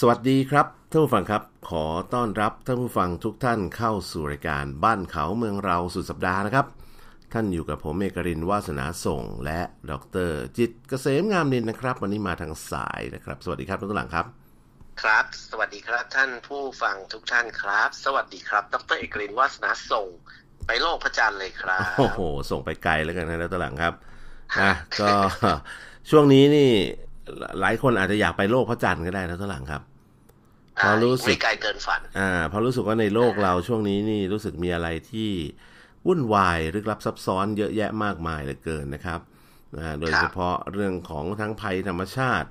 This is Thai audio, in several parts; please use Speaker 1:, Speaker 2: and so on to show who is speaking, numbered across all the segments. Speaker 1: สวัสดีครับท่านผู้ฟังครับ ขอต้อนรับท่านผู้ฟังทุกท่านเข้าสู่รายการบ้านเขาเมืองเราสุดสัปดาห์นะครับ ท่านอยู่กับผมเอกรินทร์วาสนาส่ง และดรจิตรเกษมงามนินนะครับ วันนี้มาทางสายนะครับ สวัสดีครับทุกท่านหลังครับ
Speaker 2: ครับ สวัสดีครับท่านผู้ฟังทุกท่านครับ สวัสดีครับ ดรเอกรินทร์วาสนาส่ง ไปโลกพระจันทร์เลยครับ
Speaker 1: โอ้โห ส่งไปไกลแล้วกันนะดรหลังครับอ่ะก็ ช่วงนี้นี่หลายคนอาจจะอยากไปโลกพระจันทร์ก็ได้นะดรหลังครับ
Speaker 2: อ่า
Speaker 1: เรารู้สึก
Speaker 2: ไม่ไกลเกินฝัน
Speaker 1: อ่าเพราะรู้สึกว่าในโลกเราช่วงนี้นี่รู้สึกมีอะไรที่วุ่นวายลึกลับซับซ้อนเยอะแยะมากมายเหลือเกินนะครับอ่าโดย
Speaker 2: ครับ
Speaker 1: เฉพาะเรื่องของทั้งภัยธรรมชาติ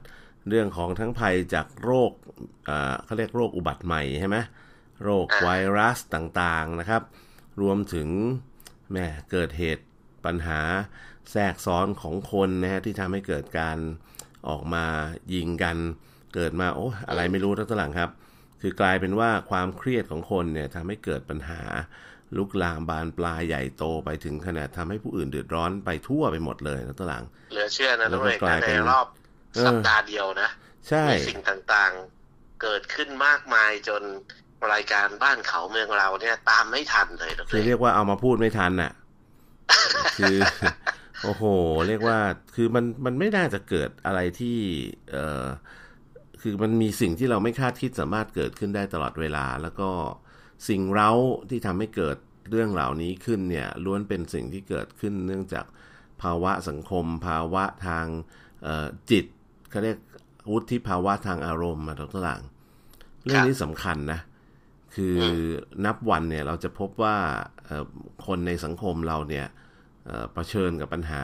Speaker 1: เรื่องของทั้งภัยจากโรคอ่าเขาเรียกโรคอุบัติใหม่ใช่ไหมโรคไวรัสต่างๆนะครับ รวมถึงแหม่เกิดเหตุปัญหาแทรกซ้อนของคนนะฮะที่ทำให้เกิดการออกมายิงกัน เกิดมาโอ้อะไรไม่รู้ทั้งตลังครับ คือกลายเป็นว่าความเครียดของคนเนี่ยทำให้เกิดปัญหา ลุกลามบานปลายใหญ่โตไปถึงขนาดทำให้ผู้อื่นเดือดร้อนไปทั่วไปหมดเลยนะตลัง
Speaker 2: เหลือเชื่อนะ
Speaker 1: แล้
Speaker 2: ทุ
Speaker 1: ว
Speaker 2: ก
Speaker 1: ก็
Speaker 2: เอก
Speaker 1: กลา
Speaker 2: นะ
Speaker 1: ยเป็
Speaker 2: ใน
Speaker 1: น
Speaker 2: รอบสัปดาห์เดียวนะ
Speaker 1: ใช่
Speaker 2: มีสิ่งต่างๆ เกิดขึ้นมากมายจนรายการบ้านเขาเมืองเราเนี่ยตามไม่ทันเลยดร
Speaker 1: คือเรียกว่าเอามาพูดไม่ทันน่ะ คือ โอ้โห เรียกว่า คือมันมันไม่น่าจะเกิดอะไรที่ เออคือมันมีสิ่งที่เราไม่คาดคิดสามารถเกิดขึ้นได้ตลอดเวลา แล้วก็สิ่งเร้าที่ทำให้เกิดเรื่องเหล่านี้ขึ้นเนี่ย ล้วนเป็นสิ่งที่เกิดขึ้น เนื่องจากภาวะสังคม ภาวะทางเอ่อจิตเขาเรียกวุฒิภาวะทางอารมณ์มาทุกหลัง เรื่องนี้สำคัญนะ คืออนับวันเนี่ยเราจะพบว่าเอ่อคนในสังคมเราเนี่ยเอ่อเผชิญกับปัญหา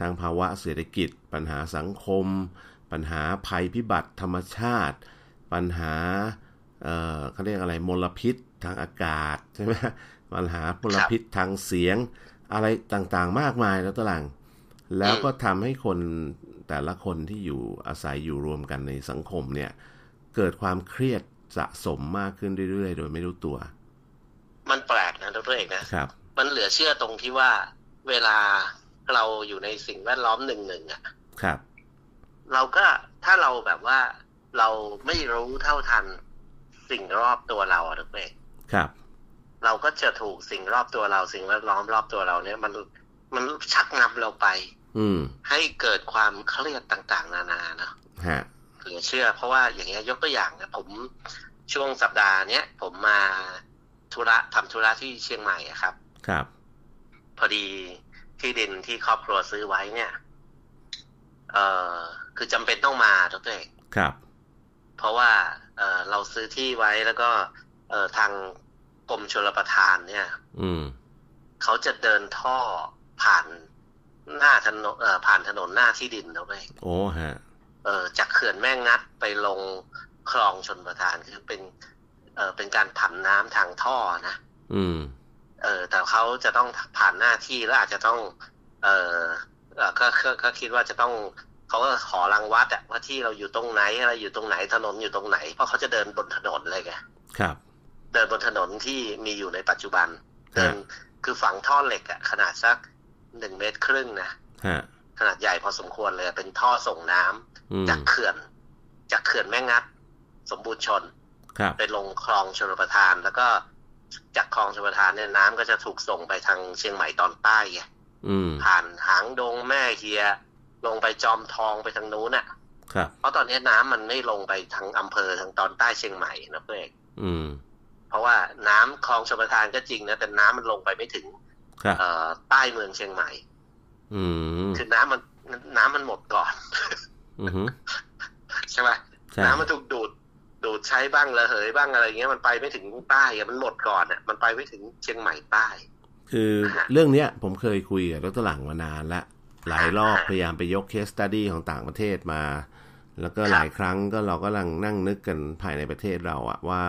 Speaker 1: ทางภาวะเศรษฐกิจ ปัญหาสังคม ปัญหาภัยพิบัติธรรมชาติ ปัญหาเอ่อเขาเรียกอะไรมลพิษทางอากาศใช่ไหมปัญหามลพิษทางเสียง อะไรต่างๆมากมายแล้วตลัง แล้วก็ทำให้คนแต่ละคนที่อยู่อาศัยอยู่รวมกันในสังคมเนี่ย เกิดความเครียดสะสมมากขึ้นเรื่อยๆ โดยไม่รู้ตัว
Speaker 2: มันแปลกนะดรเอกนะ
Speaker 1: ครับ
Speaker 2: มันเหลือเชื่อตรงที่ว่าเวลาเราอยู่ในสิ่งแวดล้อมหนึ่งๆอ่ะ
Speaker 1: ครับ
Speaker 2: เราก็ถ้าเราแบบว่าเราไม่รู้เท่าทันสิ่งรอบตัวเราอะถูกไหม
Speaker 1: ครับ
Speaker 2: เราก็จะถูกสิ่งรอบตัวเรา สิ่งแวดล้อมรอบตัวเราเนี่ย มันมันชักนำเราไป
Speaker 1: อืม
Speaker 2: ให้เกิดความเครียดต่างๆ นานาเนาะ
Speaker 1: ฮะ
Speaker 2: เหลือเชื่อ เพราะว่าอย่างเงี้ยยกตัวอย่างนะผมช่วงสัปดาห์เนี้ยผมมาธุระทำธุระที่เชียงใหม่อะครับ
Speaker 1: ครับ
Speaker 2: พอดีที่ดินที่ครอบครัวซื้อไว้เนี่ย เออคือจำเป็นต้องมาดรเอก
Speaker 1: ครับ
Speaker 2: เพราะว่าเอ่อเราซื้อที่ไว้แล้วก็เอ่อทางกรมชลประทานเนี่ย
Speaker 1: อืม
Speaker 2: เขาจะเดินท่อผ่านหน้าถนนเอ่อผ่านถนนหน้าที่ดินเอาไว้
Speaker 1: โอ้ฮะ
Speaker 2: เอ่อจากเขื่อนแม่งัดไปลงคลองชนประทานคือเป็นเอ่อเป็นการผันน้ำทางท่อนะ
Speaker 1: อืม
Speaker 2: เออแต่เขาจะต้องผ่านหน้าที่แล้วอาจจะต้อง เออเอ่อก็ก็ก็คิดว่าจะต้องเขาก็ขอรังวัดอะว่าที่เราอยู่ตรงไหนอะไรอยู่ตรงไหนถนนอยู่ตรงไหน เพราะเขาจะเดินบนถนนเลยไง
Speaker 1: ครับ
Speaker 2: เดินบนถนนที่มีอยู่ในปัจจุบัน เดิ
Speaker 1: ฮะ
Speaker 2: นคือฝังท่อเหล็กอะขนาดสักหนึ่งเมตรครึ่งนะ
Speaker 1: ฮะ
Speaker 2: ขนาดใหญ่พอสมควรเลยอะเป็นท่อส่งน้ำ
Speaker 1: อืม
Speaker 2: จากเขื่อน จากเขื่อนแม่งัด สมบูรณ์ชน
Speaker 1: ครับ
Speaker 2: ไปลงคลองชลประทาน แล้วก็จากคลองชลประทานเนี่ยน้ำก็จะถูกส่งไปทางเชียงใหม่ตอนใต้ไง
Speaker 1: อืม
Speaker 2: ผ่านหางดงแม่เฮีย ลงไปจอมทองไปทางนู้นน่ะ
Speaker 1: ครับ
Speaker 2: เพราะตอนนี้น้ำมันไม่ลงไปทางอำเภอทางตอนใต้เชียงใหม่นะเพื่อน
Speaker 1: อืม
Speaker 2: เพราะว่าน้ำคลองชลประทานก็จริงนะแต่น้ำมันลงไปไม่ถึง
Speaker 1: ครับ
Speaker 2: เอ่อใต้เมืองเชียงใหม่
Speaker 1: อืม
Speaker 2: คือน้ำมันน้ำมันหมดก่อน
Speaker 1: อือฮึ
Speaker 2: ใช่ไหม
Speaker 1: ใช่
Speaker 2: น้ำมันถูกดูดดูดใช้บ้างระเหยบ้างอะไรเงี้ยมันไปไม่ถึงใต้อะมันหมดก่อนอ่ะมันไปไม่ถึงเชียงใหม่ใต้
Speaker 1: คือเรื่องเนี้ย ผมเคยคุยกับดรหลังมานานละ หลายรอบพยายามไปยกเคสตัดดี้ของต่างประเทศมา แล้วก็หลายครั้งก็เราก็กำลังนั่งนึกกันภายในประเทศเราอะว่า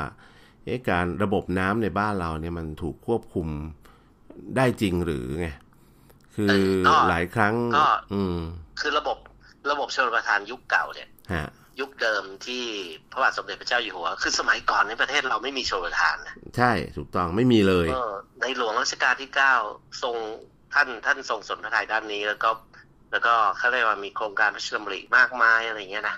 Speaker 1: เอ๊ะการระบบน้ำในบ้านเราเนี่ยมันถูกควบคุมได้จริงหรือไงคือ
Speaker 2: เออก็
Speaker 1: หลายครั้ง
Speaker 2: ก็
Speaker 1: อืม
Speaker 2: คือระบบระบบชลประทานยุคเก่าเนี่ย
Speaker 1: ฮะ
Speaker 2: ยุคเดิมที่พระบาทสมเด็จพระเจ้าอยู่หัว คือสมัยก่อนในประเทศเราไม่มีชลประทานนะ
Speaker 1: ใช่ถูกต้องไม่มีเลย
Speaker 2: ก็ในหลวงรัชกาลที่เก้าทรงท่านท่านทรงสนพระทัยด้านนี้แล้วก็ แล้วก็เขาเรียกว่ามีโครงการพระราชดำริมากมายอะไรอย่างเงี้ยนะ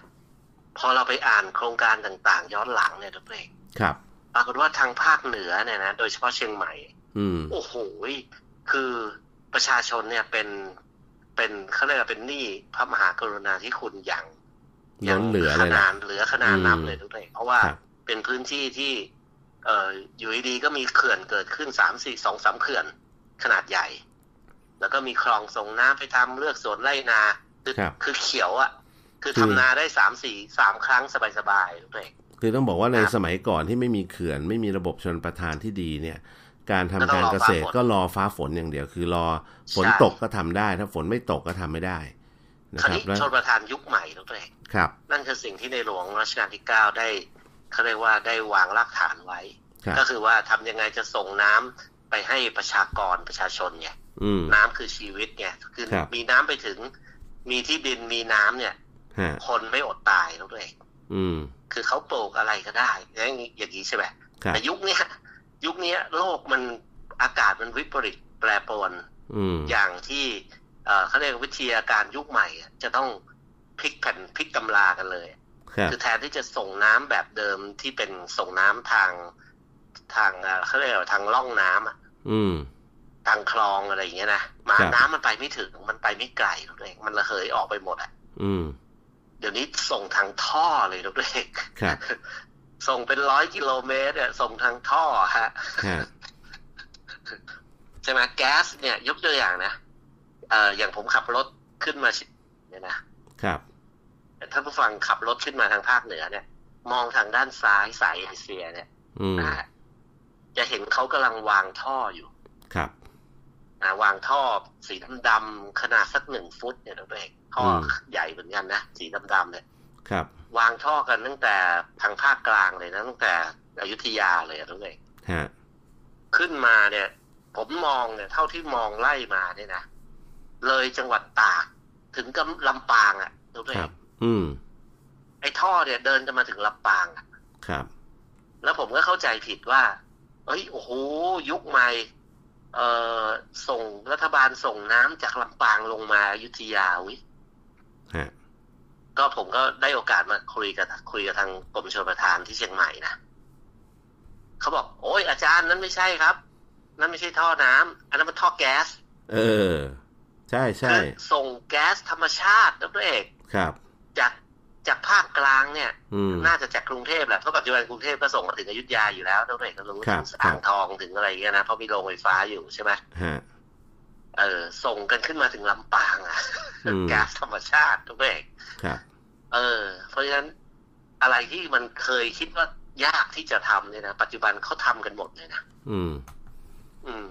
Speaker 2: พอเราไปอ่านโครงการต่างๆ ย้อนหลังเนี่ยทุกเพลง
Speaker 1: ครับ
Speaker 2: ปรากฏว่าทางภาคเหนือเนี่ยนะโดยเฉพาะเชียงใหม่
Speaker 1: อืม
Speaker 2: โอ้โหยคือประชาชนเนี่ยเป็นเป็นเขาเรียกว่าเป็นหนี้พระมหากรุณาธิคุณอย่าง
Speaker 1: ล้นเหลือ
Speaker 2: ข
Speaker 1: เลย
Speaker 2: นา
Speaker 1: ล่ะ
Speaker 2: ดเหลือขนาดนับเลย
Speaker 1: อืม
Speaker 2: ทุกเพลงเพราะว่า
Speaker 1: ครับ
Speaker 2: เป็นพื้นที่ที่ เอออยู่ดีๆก็มีเขื่อนเกิดขึ้นสามสี่สองสามเขื่อนขนาดใหญ่ แล้วก็มีคลองส่งน้ำไปทำเลือกสวนไร่นาคือ
Speaker 1: ครับ
Speaker 2: คือเขียวอะ่ะ คือทำนาได้สามสี่สามครั้งสบายๆทุกเพลง
Speaker 1: คือต้องบอกว่าใน
Speaker 2: ครับ
Speaker 1: สมัยก่อนที่ไม่มีเขื่อน ไม่มีระบบชนประทานที่ดีเนี่ย การทำ
Speaker 2: ก็ต้
Speaker 1: กา
Speaker 2: อง
Speaker 1: ร
Speaker 2: รอ
Speaker 1: เกษตร
Speaker 2: ฟ้าฝน
Speaker 1: ก็รอฟ้าฝนอย่างเดียว คือรอฝน
Speaker 2: ใช่
Speaker 1: ตกก็ทำได้ ถ้าฝนไม่ตกก็ทำไม่ได้ นะ
Speaker 2: ค
Speaker 1: ค
Speaker 2: ราว
Speaker 1: รับ
Speaker 2: นี้
Speaker 1: แล้ว
Speaker 2: ชนประทานยุคใหม่ทุกเพลง
Speaker 1: ครับ
Speaker 2: นั่นคือสิ่งที่ในหลวงรัชกาลที่เก้าได้เขาเรียกว่าได้วางรากฐานไว้
Speaker 1: ครับ
Speaker 2: ก็คือว่าทำยังไงจะส่งน้ำไปให้ประชากรประชาชนไง
Speaker 1: อืม
Speaker 2: น้ำคือชีวิตไงคือ
Speaker 1: ครับ
Speaker 2: มีน้ำไปถึง มีที่ดินมีน้ำเนี่ย
Speaker 1: ฮะ
Speaker 2: คนไม่อดตายแล้วด้วย
Speaker 1: อืม
Speaker 2: คือเขาปลูกอะไรก็ได้ อย่างนี้อย่างนี้ใช่ไหม
Speaker 1: ครับ
Speaker 2: แต่ยุคเนี้ยยุคเนี้ยโลกมันอากาศมันวิปริตแปรปรวน
Speaker 1: อืม
Speaker 2: อย่างที่เอ่อเขาเรียกวิทยาการยุคใหม่อะจะต้องพลิกแผ่นพลิกตำรากันเลย
Speaker 1: ครับ
Speaker 2: คือแทนที่จะส่งน้ำแบบเดิมที่เป็นส่งน้ำทางทางเอ่อเขาเรียกว่าทางล่องน้ำอะ
Speaker 1: อืม
Speaker 2: ทางคลองอะไรอย่างเงี้ยนะมา
Speaker 1: ครับ
Speaker 2: น้ำมันไปไม่ถึงมันไปไม่ไกลหรอกตัวเองมันระเหยออกไปหมดอ่ะ
Speaker 1: อืม
Speaker 2: เดี๋ยวนี้ส่งทางท่อเลยหรอกตัว เอง
Speaker 1: ครับ
Speaker 2: ส่งเป็นร้อยกิโลเมตรเนี่ยส่งทางท่อฮะ
Speaker 1: ฮะ
Speaker 2: ใช่ไหมแก๊สเนี่ยยกตัวอย่างนะเอ่ออย่างผมขับรถขึ้นมาชิเนี่ยนะครับ ถ้านผู้ฟังขับรถขึ้นมาทางภาคเหนือเนี่ย มองทางด้านซ้ายสายเอเชียเนี่ย
Speaker 1: อืม
Speaker 2: นะฮะจะเห็นเขากำลังวางท่ออยู่
Speaker 1: ครับ
Speaker 2: นะวางท่อสีดำๆขนาดสักหนึ่งฟุตเนี่ยนะเองท่ออใหญ่เหมือนกันนะสีดำๆเนี่ย
Speaker 1: ครับ
Speaker 2: วางท่อกันตั้งแต่ทางภาคกลางเลยนะตั้งแต่อยุธยาเลยนะเอง
Speaker 1: ฮะ
Speaker 2: ขึ้นมาเนี่ย ผมมองเนี่ย เท่าที่มองไล่มาเนี่ยนะเลยจังหวัดตากถึงกับลำปางอะ่ะนะเอ
Speaker 1: ครั
Speaker 2: ง
Speaker 1: บ อืม
Speaker 2: ไอ้ท่อเนี่ยเดินกันมาถึงลำปางอะ
Speaker 1: ครับ
Speaker 2: แล้วผมก็เข้าใจผิดว่า เอ้ย โอ้โห ยุคใหม่ เอ่อ ส่งรัฐบาลส่งน้ำจากลำปางลงมาอยุธยาวิ
Speaker 1: ฮะ
Speaker 2: ก็ผมก็ได้โอกาสมาคุยกับคุยกับทางกรมชลประทานที่เชียงใหม่นะเขาบอก โอ้ยอาจารย์นั้นไม่ใช่ครับ นั่นไม่ใช่ท่อน้ำอันนั้นมันท่อแก๊ส
Speaker 1: เออ ใช่ใช่
Speaker 2: คือส่งแก๊สธรรมชาติดรเอก
Speaker 1: ครับ
Speaker 2: จากจากภาคกลางเนี่ย
Speaker 1: อืม
Speaker 2: น่าจะจากกรุงเทพแหละเพราะปัจจุบันกรุงเทพก็ส่งมาถึงอยุธยาอยู่แล้วต้องไหนก็รู้
Speaker 1: ครับค
Speaker 2: ถึง
Speaker 1: รับ
Speaker 2: อ่างทองถึงอะไรเงี้ยนะเพราะมีโรงไฟฟ้าอยู่ใช่ไหม
Speaker 1: ฮะ
Speaker 2: เออส่งกันขึ้นมาถึงลำปางอะ
Speaker 1: อื ม
Speaker 2: ก๊าซธรรมชาติทุกเอง
Speaker 1: ครับ
Speaker 2: เออ เพราะฉะนั้นอะไรที่มันเคยคิดว่ายากที่จะทำเนี่ยนะปัจจุบันเขาทำกันหมดเลยนะ
Speaker 1: อืม
Speaker 2: อืม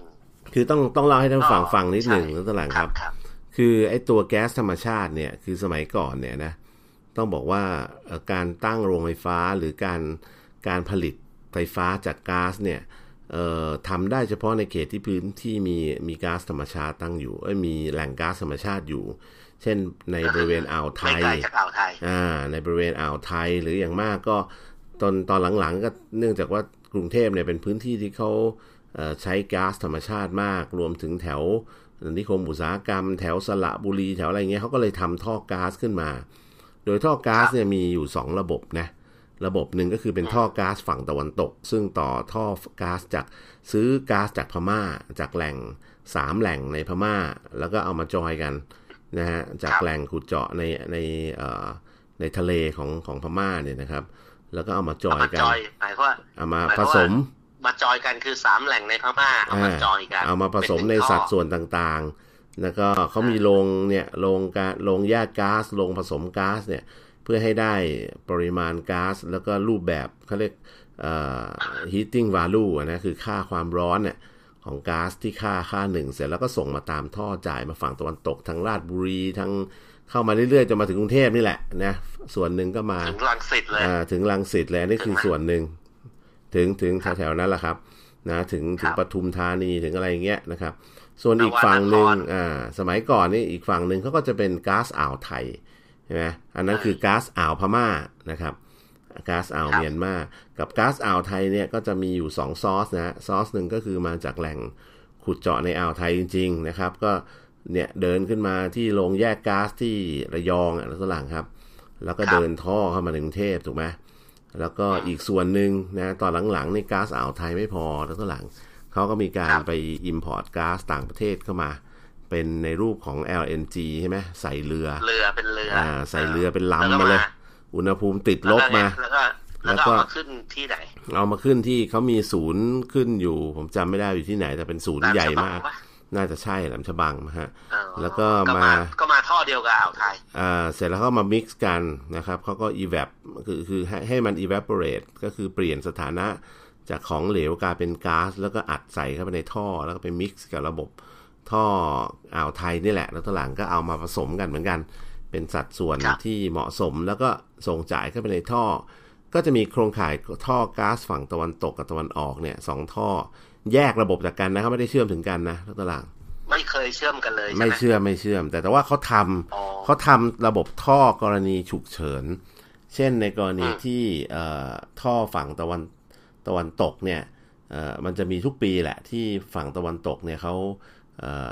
Speaker 1: คือต้องต้องเล่าให้ท่านผู้ฟัง
Speaker 2: อ๋อ
Speaker 1: ฟังนิดหนึ่ง
Speaker 2: ใช่
Speaker 1: นะตลัง
Speaker 2: ค
Speaker 1: ค
Speaker 2: รั
Speaker 1: รั
Speaker 2: บบ ครับ
Speaker 1: คือไอ้ตัวแก๊สธรรมชาติเนี่ยคือสมัยก่อนเนี่ยนะต้องบอกว่าเอ่อการตั้งโรงไฟฟ้าหรือการการผลิตไฟฟ้าจากก๊าซเนี่ยเอ่อทำได้เฉพาะในเขตที่พื้นที่มีมีก๊าซธรรมชาติตั้งอยู่เอ้ยมีแหล่งก๊าซธรรมชาติอยู่ เช่นในบริเวณอ่าวไท
Speaker 2: ไม่
Speaker 1: ย
Speaker 2: ไกลจากอ่าวไทย
Speaker 1: อ่าในบริเวณอ่าวไทยหรืออย่างมากก็ตอนตอนหลังๆ ก็เนื่องจากว่ากรุงเทพเนี่ยเป็นพื้นที่ที่เขาเอ่อใช้ก๊าซธรรมชาติมาก รวมถึงแถวนิคมอุตสาหกรรม แถวสระบุรีแถวอะไรเงี้ยเขาก็เลยทำท่อก๊าซขึ้นมา โดยท่อก๊าซเนี่ยมีอยู่ 2 ระบบนะ ระบบหนึ่งก็คือเป็นท่อก๊าซฝั่งตะวันตก ซึ่งต่อท่อก๊าซจากซื้อก๊าซจากพม่า จากแหล่งสามแหล่งในพม่า แล้วก็เอามาจอยกันนะฮะจาก
Speaker 2: ครับ
Speaker 1: แหล่งขุดเจาะในในเอ่อในทะเลของของพม่าเนี่ยนะครับ แล้วก็เอามาจอย
Speaker 2: มา
Speaker 1: กัน
Speaker 2: จอยหมายความว่า
Speaker 1: เอามา
Speaker 2: หมาย
Speaker 1: ผ
Speaker 2: ความว่า
Speaker 1: สม
Speaker 2: มาจอยกันคือสามแหล่งในพม่าเอามาจอยกัน
Speaker 1: เอามาผสมใน
Speaker 2: เป็หง
Speaker 1: สัด
Speaker 2: ท่อ
Speaker 1: ส่วนต่างๆ แล้วก็เขามีโรงเนี่ยโรงกาโรงแยกก๊าซโรงผสมก๊าซเนี่ยเพื่อให้ได้ปริมาณก๊าซแล้วก็รูปแบบเขาเรียกเอ่อ heating value อะนะคือค่าความร้อนเนี่ยของก๊าซที่ค่าค่าหนึ่ง เสร็จแล้วก็ส่งมาตามท่อจ่ายมาฝั่งตะวันตกทางราชบุรีทางเข้ามาเรื่อยๆจนมาถึงกรุงเทพนี่แหละนะส่วนหนึ่งก็มา
Speaker 2: ถึงรังสิตเลย
Speaker 1: อ่าถึงลังสิตแล้วนี่คือส่วนหนึ่ง ถึงถึงแถวๆนั้นแหละครับนะถึงถึง
Speaker 2: ครับ
Speaker 1: ปทุมธานีถึงอะไรอย่างเงี้ยนะครับ ส่วนอีก
Speaker 2: นว
Speaker 1: ฝั่งหนึ่ง
Speaker 2: นคร
Speaker 1: อ่าสมัยก่อนนี่อีกฝั่งหนึ่งเขาก็จะเป็นก๊าซอ่าวไทยใช่ไหมอันนั้นคือก๊าซอ่าวพม่านะครับก๊าซอ่าวเมียนมากับก๊าซอ่าวไทยเนี่ยก็จะมีอยู่สองซอสนะฮะซอสหนึ่งก็คือมาจากแหล่ง ขุดเจาะในอ่าวไทยจริง ๆ นะครับ ก็เนี่ยเดินขึ้นมาที่โรงแยกก๊าซที่ระยองอ่ะนักสลังครับ แล้วก็
Speaker 2: ครับ
Speaker 1: เดินท่อเข้ามาในกรุงเทพถูกไหมแล้วก็อีกส่วนหนึ่งนะตอนหลังๆนี่ก๊าซอ่าวไทยไม่พอแล้วก็หลังเขาก็มีการ
Speaker 2: ครับ
Speaker 1: ไป Import ก๊าซต่างประเทศเข้ามา เป็นในรูปของ LNG ใช่ไหมใส่เรือ
Speaker 2: เรือเป็นเรือ
Speaker 1: อ่า ใส่เรือเป็น
Speaker 2: แว
Speaker 1: ลำ
Speaker 2: ก็
Speaker 1: มาเลย อุณหภูมิติดลบมา
Speaker 2: แล้วก็แล้วก็เอามาขึ้นที่ไหน
Speaker 1: เอามาขึ้นที่เขามีศูนย์ขึ้นอยู่ ผมจำไม่ได้อยู่ที่ไหน แต่เป็นศูนย์ใหญ่มาก
Speaker 2: ลำฉบังปะ
Speaker 1: น่าจะใช่แหลมฉบังนะฮะ
Speaker 2: อ๋อ
Speaker 1: แล้วก็
Speaker 2: ก็
Speaker 1: มา
Speaker 2: ก็มาท่อเดียวกับอ่าวไทย
Speaker 1: อ่าเสร็จแล้วก็มา mix กันนะครับเขาก็ evap คือคือให้ให้มัน evaporate ก็คือเปลี่ยนสถานะจากของเหลวกลายเป็นก๊าซแล้วก็อัดใส่เข้าไปในท่อ แล้วก็ไป mix กับระบบท่ออ่าวไทยนี่แหละ แล้วตอนหลังก็เอามาผสมกันเหมือนกัน เป็นสัดส่วน
Speaker 2: ครับ
Speaker 1: ที่เหมาะสมแล้วก็ส่งจ่ายเข้าไปในท่อ ก็จะมีโครงข่ายท่อก๊าซฝั่งตะวันตกกับตะวันออกเนี่ยสองท่อ แยกระบบจากกันนะครับไม่ได้เชื่อมถึงกันนะแล้วตอนหลัง
Speaker 2: ไม่เคยเชื่อมกันเลยใช่
Speaker 1: ไม่
Speaker 2: ไหม
Speaker 1: เชื่อมไม่เชื่อม แต่แต่ว่าเขาทำ
Speaker 2: อ๋อ
Speaker 1: เขาทำระบบท่อกรณีฉุกเฉิน เช่นในกรณี
Speaker 2: อืม
Speaker 1: ที่เอ่อท่อฝั่งตะวันตะวันตกเนี่ยเอ่อมันจะมีทุกปีแหละที่ฝั่งตะวันตกเนี่ยเขาเอ่อ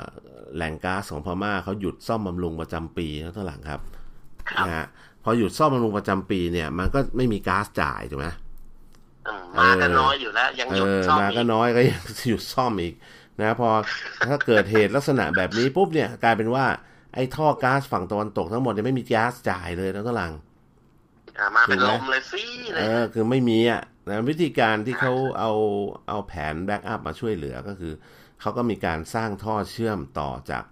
Speaker 1: แหล่งก๊าซของพม่าเขาหยุดซ่อมบำรุงประจำปีแล้วต่อนหลังครับ
Speaker 2: ครับ
Speaker 1: นะฮะพอหยุดซ่อมบำรุงประจำปีเนี่ยมันก็ไม่มีก๊าซจ่ายถูกไหม
Speaker 2: อืมมากันน้อยอยู่แล้ว ยัง
Speaker 1: เอ
Speaker 2: หยุด
Speaker 1: อ
Speaker 2: ซ่อม
Speaker 1: มา
Speaker 2: อี
Speaker 1: ก็
Speaker 2: ก
Speaker 1: น้อยก็ยังหยุดซ่อมอีกนะพอถ้าเกิดเหตุลักษณะแบบนี้ปุ๊บเนี่ยกลายเป็นว่าไอ้ท่อก๊าซฝั่งตะวันตกทั้งหมดเนี่ยไม่มีก๊าซจ่ายเลยแล้วก็หลัง
Speaker 2: อ่ามาเป็น
Speaker 1: ถูก
Speaker 2: ล
Speaker 1: ไหม
Speaker 2: มเลยฟรีเล
Speaker 1: เอย อคือไม่มีอ่ะนะวิธีการที่เขาเอาเอาแผนแบ็กอัพมาช่วยเหลือก็คือ เขาก็มีการสร้างท่อเชื่อมต่อจาก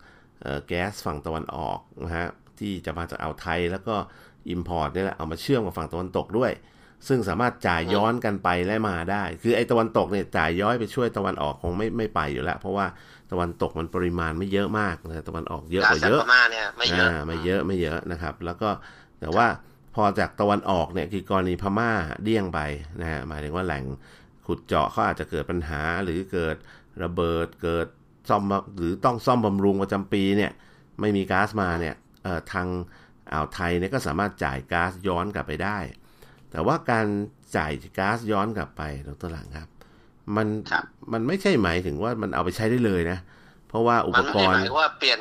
Speaker 1: เอ่อแก๊สฝั่งตะวันออกนะฮะที่จะมาจากอ่าวไทยแล้วก็อิมพอร์ตนี่ยแหละเอามาเชื่อมกับฝั่งตะวันตกด้วย ซึ่งสามารถจ่ายย้อนกันไปและมาได้ คือไอ้ตะวันตกเนี่ยจ่ายย้อยไปช่วยตะวันออกคงไม่ไม่ไปอยู่แล้ว เพราะว่าตะวันตกมันปริมาณไม่เยอะมากนะตะวันออกเยอะก
Speaker 2: กา
Speaker 1: ว่า
Speaker 2: ซา
Speaker 1: เยอะ
Speaker 2: พม่าเนี่ยไม่เยอะ
Speaker 1: อ่าไม่เยอะไม่เยอะนะครับ แล้วก็แต่ว่าพอจากตะวันออกเนี่ยคือกรณีพม่าเดี่ยงไปนะฮะหมายถึงว่าแหล่งขุดเจาะเขาอาจจะเกิดปัญหาหรือเกิดระเบิดเกิดซ่อมบำหรือต้องซ่อมบำรุงประจำปีเนี่ยไม่มีก๊าซมาเนี่ยเอ่อทางอ่าวไทยเนี่ยก็สามารถจ่ายก๊าซย้อนกลับไปได้ แต่ว่าการจ่ายก๊าซย้อนกลับไปดรหลังครับ มัน
Speaker 2: ครับ
Speaker 1: มันไม่ใช่หมายถึงว่ามันเอาไปใช้ได้เลยนะ เพราะว่าอุ
Speaker 2: มั
Speaker 1: ป
Speaker 2: น
Speaker 1: ก
Speaker 2: ไม่
Speaker 1: ร
Speaker 2: ได้ห
Speaker 1: ณ์
Speaker 2: มายว่าเปลี่ยน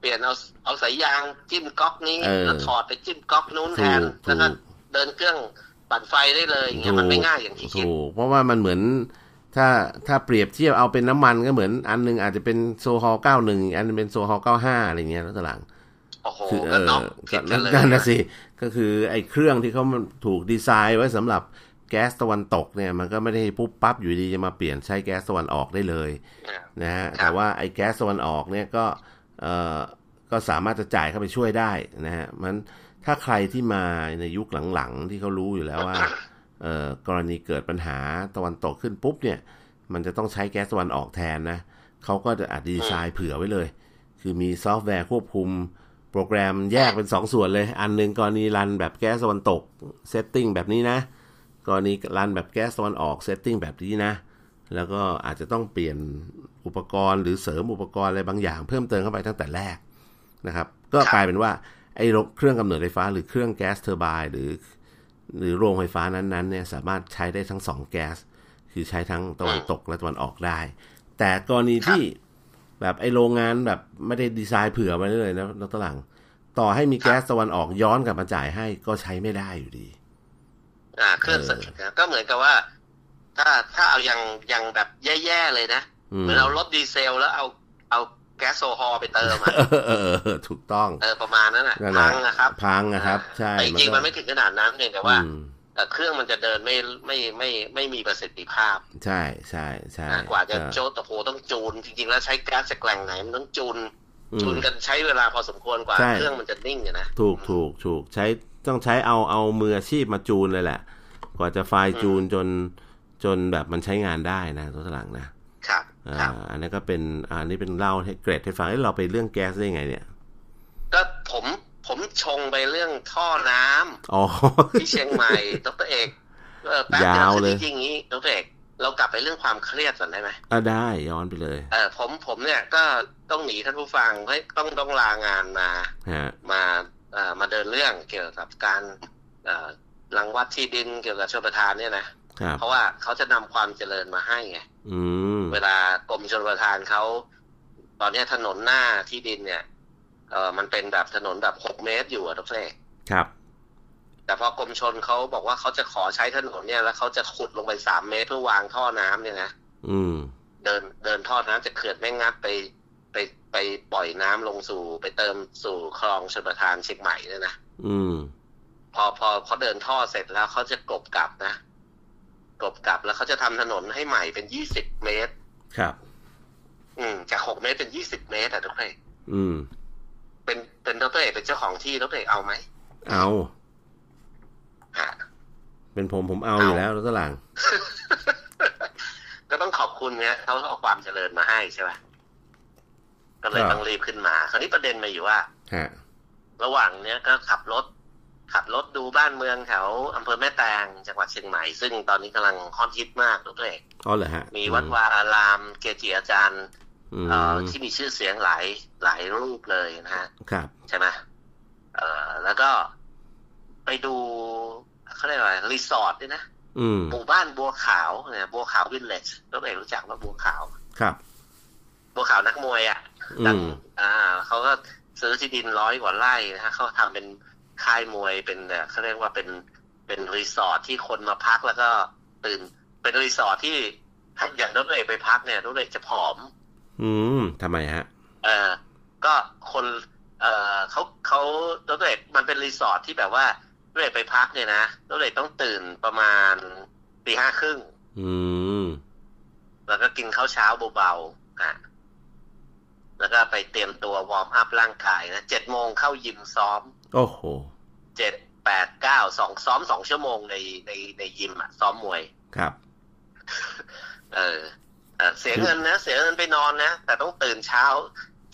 Speaker 2: เปลี่ยนเอาเอาสายยางจิ้มก๊อกนี้
Speaker 1: เออ
Speaker 2: แล้วถอดไปจิ้มก๊อกนู้นแทน
Speaker 1: ถูกถูก
Speaker 2: แล้วก็เดินเครื่องปั่นไฟได้เลยอย่างเงี้ยมันไม่ง่ายอย่างที่คิด
Speaker 1: ถูกเพราะว่ามันเหมือนถ้าถ้าเปรียบเทียบเอาเป็นน้ำมันก็เหมือนอันหนึงอาจจะเป็นโซฮอลเก้าหนึ่งอันหนึงเป็นโซฮอลเก้าห้าอะไรเงี้ยแล้วต่างหลัง
Speaker 2: โอ้โห
Speaker 1: คือเอ
Speaker 2: ก็
Speaker 1: อ
Speaker 2: น็อกผิ
Speaker 1: ก็
Speaker 2: ดกันเลย
Speaker 1: นั่นนะสิก็คือไอ้เครื่องที่เขามันถูกดีไซน์ไว้สำหรับแก๊สตะวันตกเนี่ยมันก็ไม่ได้ปุ๊บปั๊บอยู่ดีจะมาเปลี่ยนใช้แก๊สตะวันออกได้เลย
Speaker 2: อ่า
Speaker 1: นะฮะ
Speaker 2: ครั
Speaker 1: แต่
Speaker 2: บ
Speaker 1: ว่าไอ้แก๊สตะวันออกเนี่ยก็เอ่อก็สามารถจะจ่ายเข้าไปช่วยได้นะฮะมันถ้าใครที่มาในยุคหลังๆ ที่เขารู้อยู่แล้วว่า เอ่อกรณีเกิดปัญหาตะวันตกขึ้นปุ๊บเนี่ย มันจะต้องใช้แก๊สตะวันออกแทนนะเขาก็จะอาจดีไซน์เผื่อไว้เลย คือมีซอฟต์แวร์ควบคุม โปรแกรมแยกเป็น 2 ส่วนเลย อันหนึ่งกรณีรันแบบแก๊สตะวันตกเซตติ้งแบบนี้นะ กรณีรันแบบแก๊สตะวันออกเซตติ้งแบบนี้นะ แล้วก็อาจจะต้องเปลี่ยนอุปกรณ์หรือเสริมอุปกรณ์อะไรบางอย่างเพิ่มเติมเข้าไปตั้งแต่แรกนะครับ ก็
Speaker 2: ครับ
Speaker 1: กลายเป็นว่าไอ้เครื่องกำเนิดไฟฟ้าหรือเครื่องแก๊สเทอร์ไบน์หรือ หรือโรงไฟฟ้านั้นๆเนี่ยสามารถใช้ได้ทั้งสองแก๊ส คือใช้ทั้งตะวันตกและตะวันออกได้ แต่กรณีที่แบบไอโรงงานแบบไม่ได้ดีไซน์เผื่อไว้เลยนะนักตลัง ต่อให้มีแก๊สตะวันออกย้อนกลับมาจ่ายให้ก็ใช้ไม่ได้อยู่ดี
Speaker 2: อ่าเครื่อง
Speaker 1: เออ
Speaker 2: สังเกตนะก็เหมือนกับว่า ถ้าถ้าเอายังยังแบบแย่ๆเลยนะ
Speaker 1: อื
Speaker 2: เห
Speaker 1: ม
Speaker 2: มือนเอารถดีเซลแล้วเอาเอาแก๊สโซฮอล์ไปเติมอะ
Speaker 1: เออเออเออเออ ถูกต้อง
Speaker 2: เออประมาณนั้นอ่ะ
Speaker 1: นั่นแห
Speaker 2: พั
Speaker 1: ละ
Speaker 2: งนะครับ
Speaker 1: พังนะครับ ใช่
Speaker 2: แต่จริงๆมันไม่ถึงขนาดนั้นเพียงแต่ว่า
Speaker 1: อืม
Speaker 2: เอ่อเครื่องมันจะเดินไม่ไม่ไม่ไม่มีประสิทธิภาพ
Speaker 1: ใช่ใช่ใช่
Speaker 2: อ่ะกว่าจะ
Speaker 1: ก็
Speaker 2: โจตโหต้องจูน จริงๆแล้วใช้แก๊สจากแหล่งไหนมันต้องจูน
Speaker 1: อื
Speaker 2: จู
Speaker 1: ม
Speaker 2: นกันใช้เวลาพอสมควรกว่า
Speaker 1: ใช่
Speaker 2: เครื่องมันจะนิ่งอะนะ
Speaker 1: ถูกถูกถูกใช้ต้องใช้เอาเอามืออาชีพมาจูนเลยแหละ กว่าจะไฟล์จูนจนจนแบบมันใช้งานได้นะตัวหลังนะ
Speaker 2: ครับค
Speaker 1: อ่า
Speaker 2: รับ
Speaker 1: อันนี้นก็เป็นอาอันนี้เป็นเล่าให้เกรดให้ฟังเอ้ยเราไปเรื่องแก๊สได้ยังไงเนี่ย
Speaker 2: ก็ผมผมชงไปเรื่องท่อน้ำ
Speaker 1: อ๋อ
Speaker 2: ที่เชียงใหม่ ดรเอกเออแป๊บ
Speaker 1: ยาว
Speaker 2: คื
Speaker 1: เลย
Speaker 2: จริงๆงี้ดรเอกเรากลับไปเรื่องความเครียดก่อนได้ไหม
Speaker 1: อ่ะได้ย้อนไปเลย
Speaker 2: เออผมผมเนี่ยก็ต้องหนีท่านผู้ฟังให้ต้องต้องลางานมา
Speaker 1: ฮะ
Speaker 2: มาเอ่อมาเดินเรื่องเกี่ยวกับการเอ่อรังวัดที่ดินเกี่ยวกับชลประทานเนี่ยนะครับ เพราะว่าเขาจะนำความเจริญมาให้ไง
Speaker 1: อืม
Speaker 2: เวลากรมชลประทานเขาตอนเนี้ยถนนหน้าที่ดินเนี่ยเออมันเป็นแบบถนนแบบหกเมตรอยู่อะทุกเอก
Speaker 1: ครับ
Speaker 2: แต่พอกรมชนเขาบอกว่าเขาจะขอใช้ถนนเนี่ยแล้วเขาจะขุดลงไปสามเมตรเพื่อวางท่อน้ำเนี่ยนะ
Speaker 1: อืม
Speaker 2: เดินเดินท่อน้ำจากเขื่อนแม่งัดไปไปไปปล่อยน้ำลงสู่ ไปเติมสู่คลองชลประทานเชียงใหม่เนี่ยนะ
Speaker 1: อืม
Speaker 2: พอพอเขาเดินท่อเสร็จแล้วเขาจะกลบกลับนะกลบกลับแล้วเขาจะทำถนนให้ใหม่เป็นยี่สิบเมตร
Speaker 1: ครับ
Speaker 2: อืมจากหกเมตรเป็นยี่สิบเมตรอะทุกคน
Speaker 1: อืม
Speaker 2: เป็นเป็นดรเอกเป็นเจ้าของที่ดรเอกเอาไหม
Speaker 1: เอา
Speaker 2: ฮะ
Speaker 1: เป็นผมผมเอาอยู่แล้วรถตลาง
Speaker 2: ก็ต้องขอบคุณเนี่ยเขาเอาความเจริญมาให้ใช่ไหมก็เลย
Speaker 1: ครับ
Speaker 2: ต้องรีบขึ้นมา คราวนี้ประเด็นมาอยู่ว่า
Speaker 1: ฮะ
Speaker 2: ระหว่างเนี้ยก็ขับรถ ขับรถดูบ้านเมืองแถวอำเภอแม่แตงจังหวัดเชียงใหม่ ซึ่งตอนนี้กำลังฮอตฮิตมากดรเอก
Speaker 1: อ๋อเหรอฮะ
Speaker 2: มีวัดวาอาราม เกจิอาจารย์
Speaker 1: อืม
Speaker 2: เอ่อที่มีชื่อเสียงหลายหลายรูปเลยนะฮะ
Speaker 1: ครับ
Speaker 2: ใช่ไหมเอ่อแล้วก็ไปดูเขาเรียกว่ารีสอร์ทด้วยนะ
Speaker 1: อืม
Speaker 2: หมู่บ้านบัวขาวเนี่ยบัวขาววิลเลจต้องเอกรู้จักว่าบัวขาว
Speaker 1: ครับ
Speaker 2: บัวขาวนักมวยอ่ะ
Speaker 1: อื
Speaker 2: ดัง
Speaker 1: ม
Speaker 2: อ่าเขาก็ซื้อที่ดินร้อยกว่าไร่นะฮะเขาทำเป็นค่ายมวยเป็นเอ่อเขาเรียกว่าเป็นเป็นรีสอร์ทที่คนมาพักแล้วก็ตื่นเป็นรีสอร์ทที่ถ้าอย่างน้องเอกไปพักเนี่ยน้องเอกจะผอม
Speaker 1: อืมทำไมฮะ
Speaker 2: เออก็คน เออเขาเขาดรเอกมันเป็นรีสอร์ทที่แบบว่าดรเอกไปพักเนี่ยนะดรเอกต้องตื่นประมาณตีห้าครึ่ง
Speaker 1: อืม
Speaker 2: แล้วก็กินข้าวเช้าเบาๆอ่ะแล้วก็ไปเตรียมตัววอร์มอัพร่างกายนะเจ็ดโมงเข้ายิมซ้อม
Speaker 1: โอ้โห
Speaker 2: เจ็ดแปดเก้าสองซ้อมสองชั่วโมงในในในยิมอ่ะซ้อมมวย
Speaker 1: ครับ
Speaker 2: เออเออเสียเงินนะ เสียเงินไปนอนนะ แต่ต้องตื่นเช้า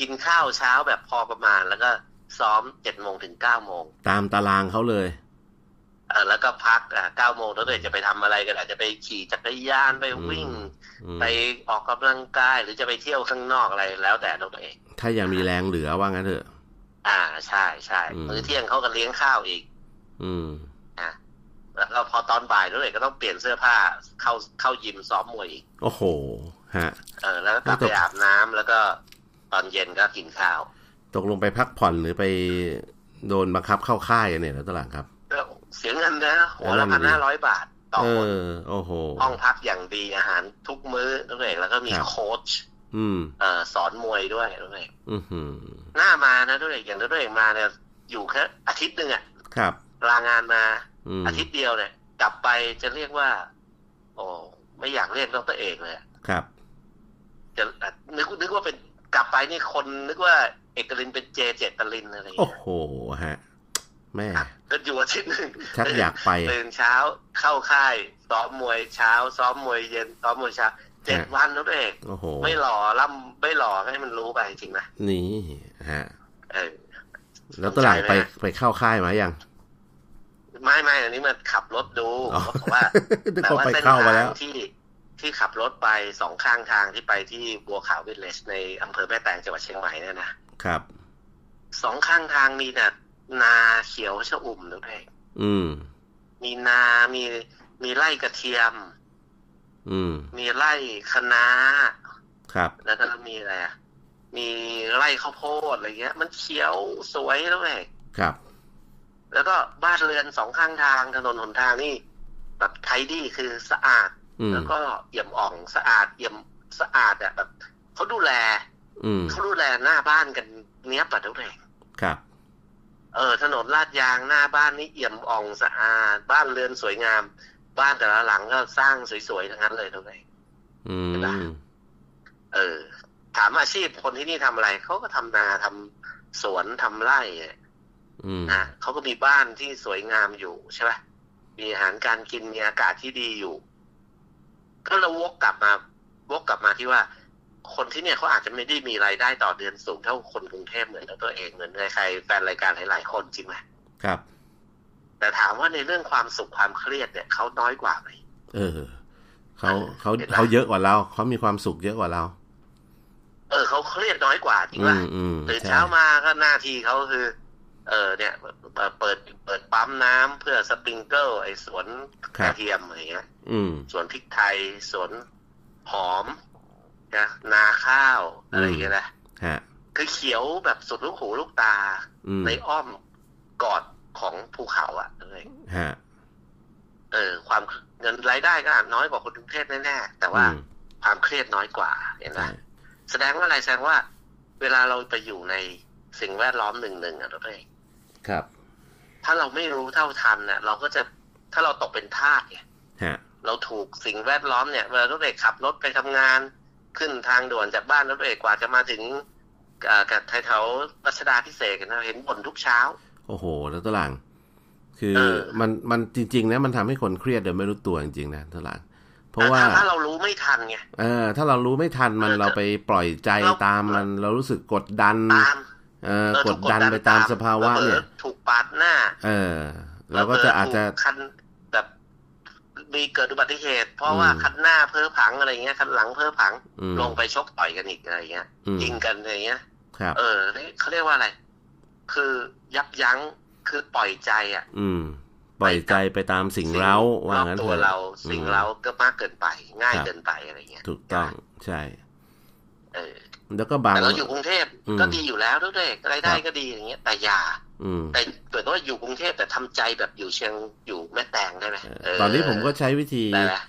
Speaker 2: กินข้าวเช้าแบบพอประมาณ แล้วก็ซ้อมเจ็ดโมงถึงเก้าโมง
Speaker 1: ตามตารางเขาเลย
Speaker 2: เออแล้วก็พักอ่ะเก้าโมงแล้วเดี๋ยวจะไปทำอะไรกันอาจจะไปขี่จักรยานไปวิ่ง
Speaker 1: อืม
Speaker 2: ไปออกกำลังกายหรือจะไปเที่ยวข้างนอกอะไรแล้วแต่ตัวเอง
Speaker 1: ถ้ายังมีแรงเหลือว่างั้นเถอะ
Speaker 2: อ่าใช่ใช่
Speaker 1: อืม
Speaker 2: มื้อเที่ยงเขาก็เลี้ยงข้าวอีก
Speaker 1: อืม
Speaker 2: อ่ะแล้วก็พอตอนบ่ายตัวเองก็ต้องเปลี่ยนเสื้อผ้าเข้าเข้ายิมซ้อมมวยอีก
Speaker 1: โอ้โห ฮะ
Speaker 2: เออแล้ว
Speaker 1: แล้
Speaker 2: ก็กลับ
Speaker 1: ว
Speaker 2: ไป
Speaker 1: ตก
Speaker 2: อาบน้ำแล้วก็ตอนเย็นก็กินข้าว
Speaker 1: ตกลงไปพักผ่อนหรือไปโดนบังคับเข้าค่ายเนี่ยนะตลาดครับ
Speaker 2: แล้วเสียเงินนะหัวละพันห้าร้อยบาทต่อ
Speaker 1: เอ
Speaker 2: คน
Speaker 1: อ โอ้โห
Speaker 2: ห้องพักอย่างดีอาหารทุกมื้อตัวเองแล้วก็มี
Speaker 1: ครับ
Speaker 2: โค้ช
Speaker 1: อืม
Speaker 2: เอ่อสอนมวยด้วยตัวเอง
Speaker 1: อือหือ
Speaker 2: หน้ามานะด้วยอย่างด้วยเองมาเนี่ยอยู่แค่อาทิตย์หนึ่งอะ
Speaker 1: ครับ
Speaker 2: ลางานมา
Speaker 1: อืม
Speaker 2: อาทิตย์เดียวเนี่ยกลับไปจะเรียกว่า โอ้ไม่อยากเรียกดรเอกเลยอะ
Speaker 1: ครับ
Speaker 2: จะนึกนึกว่าเป็นกลับไปนี่คนนึกว่าเอกลินเป็นเจเจตลินอะไรอย่าง
Speaker 1: โอ้
Speaker 2: เงี้ย
Speaker 1: โห ฮะ แม่
Speaker 2: ครับก็อยู่อาทิตย์หนึ่ง
Speaker 1: ชักอยากไป
Speaker 2: ตื่นเช้าเข้าค่ายซ้อมมวยเช้า ซ้อมมวยเย็นซ้อมมวยเช้าเจ็ดวันนะด้วยเอก
Speaker 1: โอ้โห
Speaker 2: ไม่หล่อล่ำไม่หล่อให้มันรู้ไปจริงๆนะ
Speaker 1: นี่ฮะ
Speaker 2: เออ
Speaker 1: แล้วตลาดไปไปเข้าค่ายมายัง
Speaker 2: ไม่ไม่อันนี้มันขับรถดู
Speaker 1: อ๋อ
Speaker 2: เขาบอกว่า
Speaker 1: นึก
Speaker 2: แต่
Speaker 1: ว่า
Speaker 2: ว่า
Speaker 1: ไป
Speaker 2: เส้น
Speaker 1: เข้ามา
Speaker 2: ทา
Speaker 1: แล้ว
Speaker 2: งที่ที่ขับรถไปสองข้างทางที่ไปที่บัวขาววิลเลจในอำเภอแม่แตงจังหวัดเชียงใหม่เนี่ยนะครับ สองข้างทางมีแต่นาเขียวชอุ่มนึกเอง
Speaker 1: อืม
Speaker 2: มีนามีมีไร่กระเทียม
Speaker 1: อืม
Speaker 2: มีไร่คะน้า
Speaker 1: ครับ
Speaker 2: แล้วก็มีอะไรอ่ะมีไร่ข้าวโพดอะไรเงี้ย มันเขียวสวยแล้วเอง
Speaker 1: ครับ
Speaker 2: แล้วก็บ้านเรือนสองข้างทางถนนหนทางนี่แบบไทยดีคือสะอาด
Speaker 1: อืม
Speaker 2: แล้วก็เอี่ยมอ่องสะอาดเอี่ยมสะอาดอะแบบเขาดูแล
Speaker 1: อืม
Speaker 2: เขาดูแลหน้าบ้านกันเนี้ยบอะทุกแห่ง
Speaker 1: ครับ
Speaker 2: เออถนนลาดยางหน้าบ้านนี่เอี่ยมอ่องสะอาด บ้านเรือนสวยงาม บ้านแต่ละหลังก็สร้างสวยๆทั้งนั้นเลยทุกแห่ง
Speaker 1: อืม
Speaker 2: เออ ถามอาชีพคนที่นี่ทำอะไรเขาก็ทำนาทำสวนทำไร่อะ
Speaker 1: อืม
Speaker 2: นะเขาก็มีบ้านที่สวยงามอยู่ใช่ไหมมีอาหารการกินมีอากาศที่ดีอยู่ ก็เราวกกลับมาวกกลับมาที่ว่า คนที่เนี่ยเขาอาจจะไม่ได้มีรายได้ต่อเดือนสูงเท่าคนกรุงเทพเหมือนเราตัวเองเหมือนใครๆแฟนรายการหลายๆคนจริงไหม
Speaker 1: ครับ
Speaker 2: แต่ถามว่าในเรื่องความสุขความเครียดเนี่ยเขาน้อยกว่าไหม
Speaker 1: เออ เขาเขาเขาเยอะกว่าเรา เขามีความสุขเยอะกว่าเรา
Speaker 2: เออเขาเครียดน้อยกว่าจริง
Speaker 1: อื
Speaker 2: ว่าม
Speaker 1: อืม
Speaker 2: ตื่น
Speaker 1: ใช่
Speaker 2: เช้ามาก็หน้าที่เขาคือ เออ เนี่ยเปิดเปิดเปิดปั๊มน้ำเพื่อสปริงเกิลไอ้สวน
Speaker 1: ค
Speaker 2: ก
Speaker 1: รั
Speaker 2: ระ
Speaker 1: บ
Speaker 2: เทียมอะไรเงี้ย
Speaker 1: อืม
Speaker 2: สวนพริกไทยสวนหอมนะนาข้าวอะไรอย่างเงี้ยนะ
Speaker 1: ฮะ
Speaker 2: คือเขียวแบบสุดลูกหูลูกตา
Speaker 1: อืม
Speaker 2: ในอ้อมกอด ของภูเขาอะเลย
Speaker 1: ฮะ
Speaker 2: เออ ความเงินรายได้ก็น้อยกว่าคนกรุงเทพแน่ๆแต่ว่า
Speaker 1: อืม
Speaker 2: ความเครียดน้อยกว่าเห็นไหม
Speaker 1: ใช่
Speaker 2: แสดงว่าอะไรแสดงว่า เวลาเราไปอยู่ในสิ่งแวดล้อมหนึ่งๆอะเราเอง
Speaker 1: ครับ
Speaker 2: ถ้าเราไม่รู้เท่าทันเนี่ยเราก็จะถ้าเราตกเป็นทาสเนี่ย
Speaker 1: ฮะ
Speaker 2: เราถูกสิ่งแวดล้อมเนี่ยเวลารถเอกขับรถไปทำงาน ขึ้นทางด่วนจากบ้านรถเอกกว่าจะมาถึงเอ่อกับแถวๆรัชดาพิเศษกนะเห็นบ่นทุกเช้า
Speaker 1: โอ้โห แล้วตวหลัง คือ
Speaker 2: เออ
Speaker 1: มันมันจริง ๆ นะ มันทำให้คนเครียดโดยไม่รู้ตัวจริงๆนะตวหลัง เพราะว่า
Speaker 2: ถ้ถ้าเรารู้ไม่ทันไง
Speaker 1: เออ ถ้าเรารู้ไม่ทันมัน
Speaker 2: เออ
Speaker 1: เราไปปล่อยใจ
Speaker 2: เรา
Speaker 1: ตามมันเรารู้สึกกดดัน
Speaker 2: ตาม
Speaker 1: เออ
Speaker 2: เออก ถู
Speaker 1: ดดันไปตามสภาวะ
Speaker 2: ผลอ
Speaker 1: เนี่ย
Speaker 2: ถูกปาดหน้า
Speaker 1: เออเราก็จะ
Speaker 2: ผล
Speaker 1: อาจจะ
Speaker 2: ถูกคันแบบมีเกิดอุบัติเหตุ เพราะว่า
Speaker 1: อืม
Speaker 2: คันหน้าเพ้อผังอะไรเงี้ยคันหลังเพ้อผัง
Speaker 1: อืม
Speaker 2: ลงไปชกต่อยกันอีกอะไรเงี้ย
Speaker 1: อืม
Speaker 2: ยิงกันอะไรเงี้ย
Speaker 1: ครับ
Speaker 2: เออนี่เขาเรียกว่าอะไร คือยับยั้งคือปล่อยใจอ่ะ
Speaker 1: อืม ปล่อยใจไปตามสิ่งเร้าว่างั้น
Speaker 2: รอบ
Speaker 1: เถ
Speaker 2: ตัว
Speaker 1: อะ
Speaker 2: เราสิ่ง
Speaker 1: อืม
Speaker 2: เราก็มากเกินไป ง่าย
Speaker 1: ครับ
Speaker 2: เกินไปอะไรเงี้ย
Speaker 1: ถูกต้องใช่
Speaker 2: เออ
Speaker 1: แล้วก็บาง
Speaker 2: แต่เราอยู่กรุงเทพ
Speaker 1: อืม
Speaker 2: ก็ดีอยู่แล้วด้วยรายได้
Speaker 1: ครับ
Speaker 2: ก็ดีอย่างเงี้ย แต่อย่า
Speaker 1: อืม
Speaker 2: แต่เกิดว่าอยู่กรุงเทพแต่ทำใจแบบอยู่เชียงอยู่แม่แตงได้ไหมเ
Speaker 1: ตอนนี้ผมก็ใช้วิธี
Speaker 2: ได้แล้ว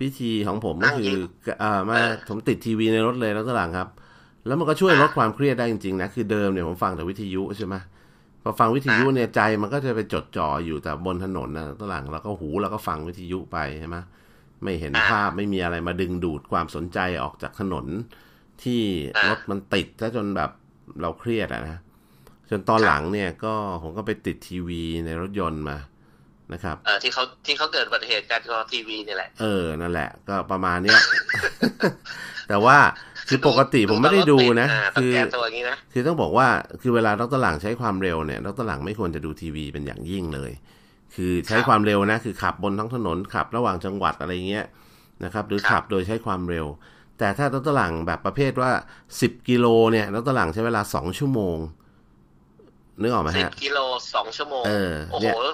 Speaker 1: พิธีของผม
Speaker 2: นั่
Speaker 1: ก็คื
Speaker 2: งยิ้
Speaker 1: อ
Speaker 2: ม
Speaker 1: เอ่อมา
Speaker 2: เออ
Speaker 1: ผมติดทีวีในรถเลยแล้วตลังครับ แล้วมันก็ช่วย
Speaker 2: อ่ะ
Speaker 1: ลดความเครียดได้จริงๆนะคือเดิมเนี่ยผมฟังแต่วิทยุใช่ไหมพอฟังวิทยุ
Speaker 2: อ่ะ
Speaker 1: เนี่ยใจมันก็จะไปจดจ่ออยู่แต่บนถนนนะตลังแล้วก็หูแล้วก็ฟังวิทยุไปใช่ไหมไม่เห็นภาพไม่มีอะไรมาดึงดูดความสนใจออกจากถนน ที่รถมันติดซะจนแบบเราเครียดอะนะ จนตอนหลังเนี่ยก็ผมก็ไปติดทีวีในรถยนต์มานะครับ
Speaker 2: เออที่เขาที่เขาเกิดอุบัติเหตุการก็ทีวีเนี่ยแหละ
Speaker 1: เออ นั่นแหละ ก็ประมาณเนี้ย แต่ว่าคือปกติผมไม่ได้ดูนะ
Speaker 2: คื
Speaker 1: คืออ
Speaker 2: แก้ตัวอย่างนี้นะ
Speaker 1: คือต้องบอกว่า คือเวลาดรหลังใช้ความเร็วเนี่ยดรหลังไม่ควรจะดูทีวีเป็นอย่างยิ่งเลย คือใช้ความเร็วนะ คือขับบนท้องถนนขับระหว่างจังหวัดอะไรเงี้ยนะครับ หรือขับโดยใช้ความเร็ว แต่ถ้าดรหลังแบบประเภทว่า 10 กิโลเนี่ยดรหลังใช้เวลา 2 ชั่วโมง นึกออกไหม
Speaker 2: สิบ
Speaker 1: ฮะ
Speaker 2: กิโลสองชั่วโมง
Speaker 1: เออ
Speaker 2: โอ้
Speaker 1: เนี่
Speaker 2: โห
Speaker 1: ย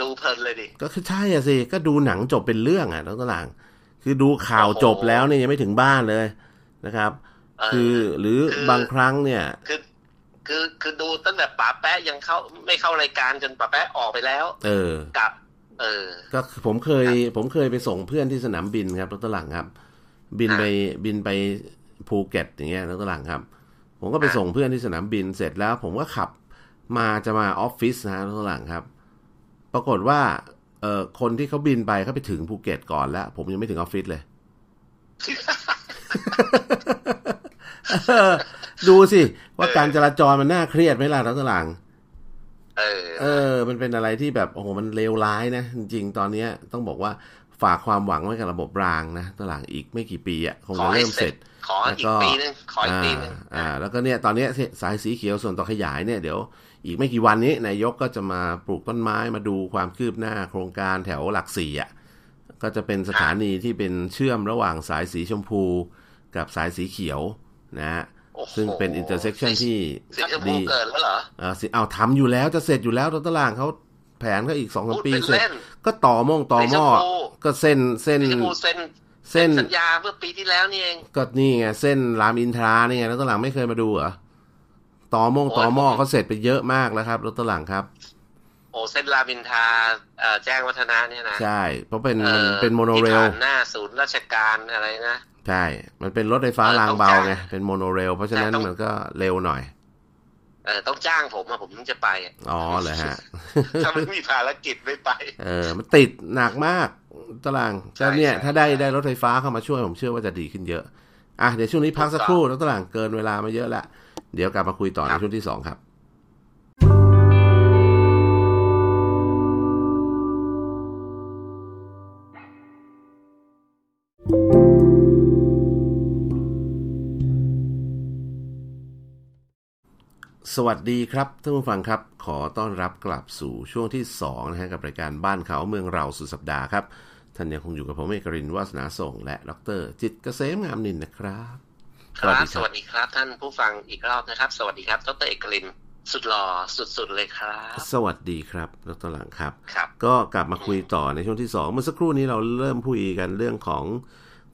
Speaker 2: ดูเพลินเลยดิ
Speaker 1: ก็คือใช่อะสิ ก็ดูหนังจบเป็นเรื่องอ่ะแล้วตลางคือดูข่าว
Speaker 2: โอ้โห
Speaker 1: จบแล้วเนี่ยยังไม่ถึงบ้านเลยนะครับ
Speaker 2: เออ
Speaker 1: คือหรือ
Speaker 2: คือ
Speaker 1: บางครั้งเนี่ย
Speaker 2: คือ คือคือดูตั้งแต่ป๋าแป๊ะยังเข้าไม่เข้ารายการจนป๋าแป๊ะออกไปแล้ว
Speaker 1: เออ
Speaker 2: กลับ เออ
Speaker 1: ก็คือผมเคย ผมเคยไปส่งเพื่อนที่สนามบินครับรถตลังครับ บินไปบินไปภูเก็ตอย่างเงี้ยรถตลังครับ ผมก็ไป
Speaker 2: อ่า
Speaker 1: ส่งเพื่อนที่สนามบินเสร็จแล้ว ผมก็ขับมาจะมาออฟฟิศนะฮะรถตลังครับ ปรากฏว่าเออคนที่เขาบินไปเขาไปถึงภูเก็ตก่อนแล้ว ผมยังไม่ถึงออฟฟิศเลย เออ ดูสิ ว่าการจราจรมันน่าเครียดไหมล่ะรัตหลัง
Speaker 2: เออ
Speaker 1: เออ มันเป็นอะไรที่แบบโอ้โหมันเลวร้ายนะ จริงๆ ตอนเนี้ยต้องบอกว่าฝากความหวังไว้กับระบบรางนะตหลังอีกไม่กี่ปีอ่ะคง
Speaker 2: ขอ
Speaker 1: จะ
Speaker 2: ให้
Speaker 1: เริ่มเสร็จ
Speaker 2: ขออีก
Speaker 1: แล้วก็
Speaker 2: ปีนึงขออีกปีนึง
Speaker 1: อ่าแล้วก็เนี่ยตอนเนี้ยสายสีเขียวส่วนต่อขยายเนี่ยเดี๋ยวอีกไม่กี่วันนี้นายกก็จะมาปลูกต้นไม้มาดูความคืบหน้าโครงการแถวหลักสี่อ่ะก็จะเป็นสถานีที่เป็นเชื่อมระหว่างสายสีชมพู กับสายสีเขียวนะฮะ
Speaker 2: โอ้โห
Speaker 1: ซึ่งเป็นอินเตอร์เซ็กชันที่
Speaker 2: สิงคโป
Speaker 1: ดี
Speaker 2: ร์เกิดแล้วเหรอ
Speaker 1: เออสิเอาทำอยู่แล้วจะเสร็จอยู่แล้วตารางเขาแผนก็อีกสองสาม
Speaker 2: พูด
Speaker 1: ปี
Speaker 2: เป็น
Speaker 1: เสร็จ
Speaker 2: เล่น
Speaker 1: ก็ต่อม่องต่อหม้อ
Speaker 2: สิงคโปร์
Speaker 1: ก็เส้นเส้น
Speaker 2: สิงคโปร์เซ็น
Speaker 1: เส้น
Speaker 2: สัญญาเมื่อปีที่แล้วนี่เอง
Speaker 1: ก็นี่ไงเส้นรามอินทรานี่ไงแล้วตารางไม่เคยมาดูเหรอต่อม่อง
Speaker 2: โอ้ย
Speaker 1: ต่อหม้อเขาเสร็จไปเยอะมากแล้วครับรถตารางครับ
Speaker 2: โอ้เส้นรามอินทราเอ่อแจ้งวัฒนะเนี่ยนะ
Speaker 1: ใช่เพราะเป็น
Speaker 2: อ่
Speaker 1: มัน
Speaker 2: อ
Speaker 1: เป็นโมโนเร
Speaker 2: ที่
Speaker 1: ล
Speaker 2: ผ่านหน้าศูนย์ราชการอะไรนะ
Speaker 1: ใช่มันเป็นรถไฟฟ้า
Speaker 2: เออ
Speaker 1: ราง
Speaker 2: ต้อง
Speaker 1: เบา
Speaker 2: จ่าย
Speaker 1: ไงเป็นโมโนเรลเพราะฉะนั้น
Speaker 2: แต่ต้อง
Speaker 1: มันก็เร็วหน่อย
Speaker 2: เออต้องจ้างผมอะผมถึงจะไปอะ
Speaker 1: อ๋อเหรอฮะ
Speaker 2: ถ้าไม่มีภารกิจไม่ไป
Speaker 1: เออมันติดหนักมากตาราง
Speaker 2: ใช่
Speaker 1: ก็เนี่ย
Speaker 2: ใช่
Speaker 1: ถ้าได้
Speaker 2: ใช่
Speaker 1: ได้รถไฟฟ้าเข้ามาช่วยผมเชื่อว่าจะดีขึ้นเยอะ อ่ะเดี๋ยวช่วงนี้พักสัก
Speaker 2: ถูก
Speaker 1: ค
Speaker 2: ต้อง
Speaker 1: รู่แล้วตารางเกินเวลามาเยอะละเดี๋ยวกลับมาคุยต่อ
Speaker 2: ครั
Speaker 1: ใน
Speaker 2: บ
Speaker 1: ช่วงที่สองครับ สวัสดีครับท่านผู้ฟังครับ ขอต้อนรับกลับสู่ช่วงที่สองนะฮะกับรายการบ้านเขาเมืองเราสุดสัปดาห์ครับ ท่านยังคงอยู่กับผมเอกรินทร์วาสนาส่ง และดรจิตรเกษมงามนินนะครับ
Speaker 2: ครับสวัสดีครับท่านผู้ฟังอีกรอบนะครับ สวัสดีครับดรเอกลินสุดหล่อสุดๆเลยครับ
Speaker 1: สวัสดีครับดรหลังครับ
Speaker 2: ครับ
Speaker 1: ก็กลับมาคุยต่อในช่วงที่ 2 เมื่อสักครู่นี้เราเริ่มคุยกันเรื่องของ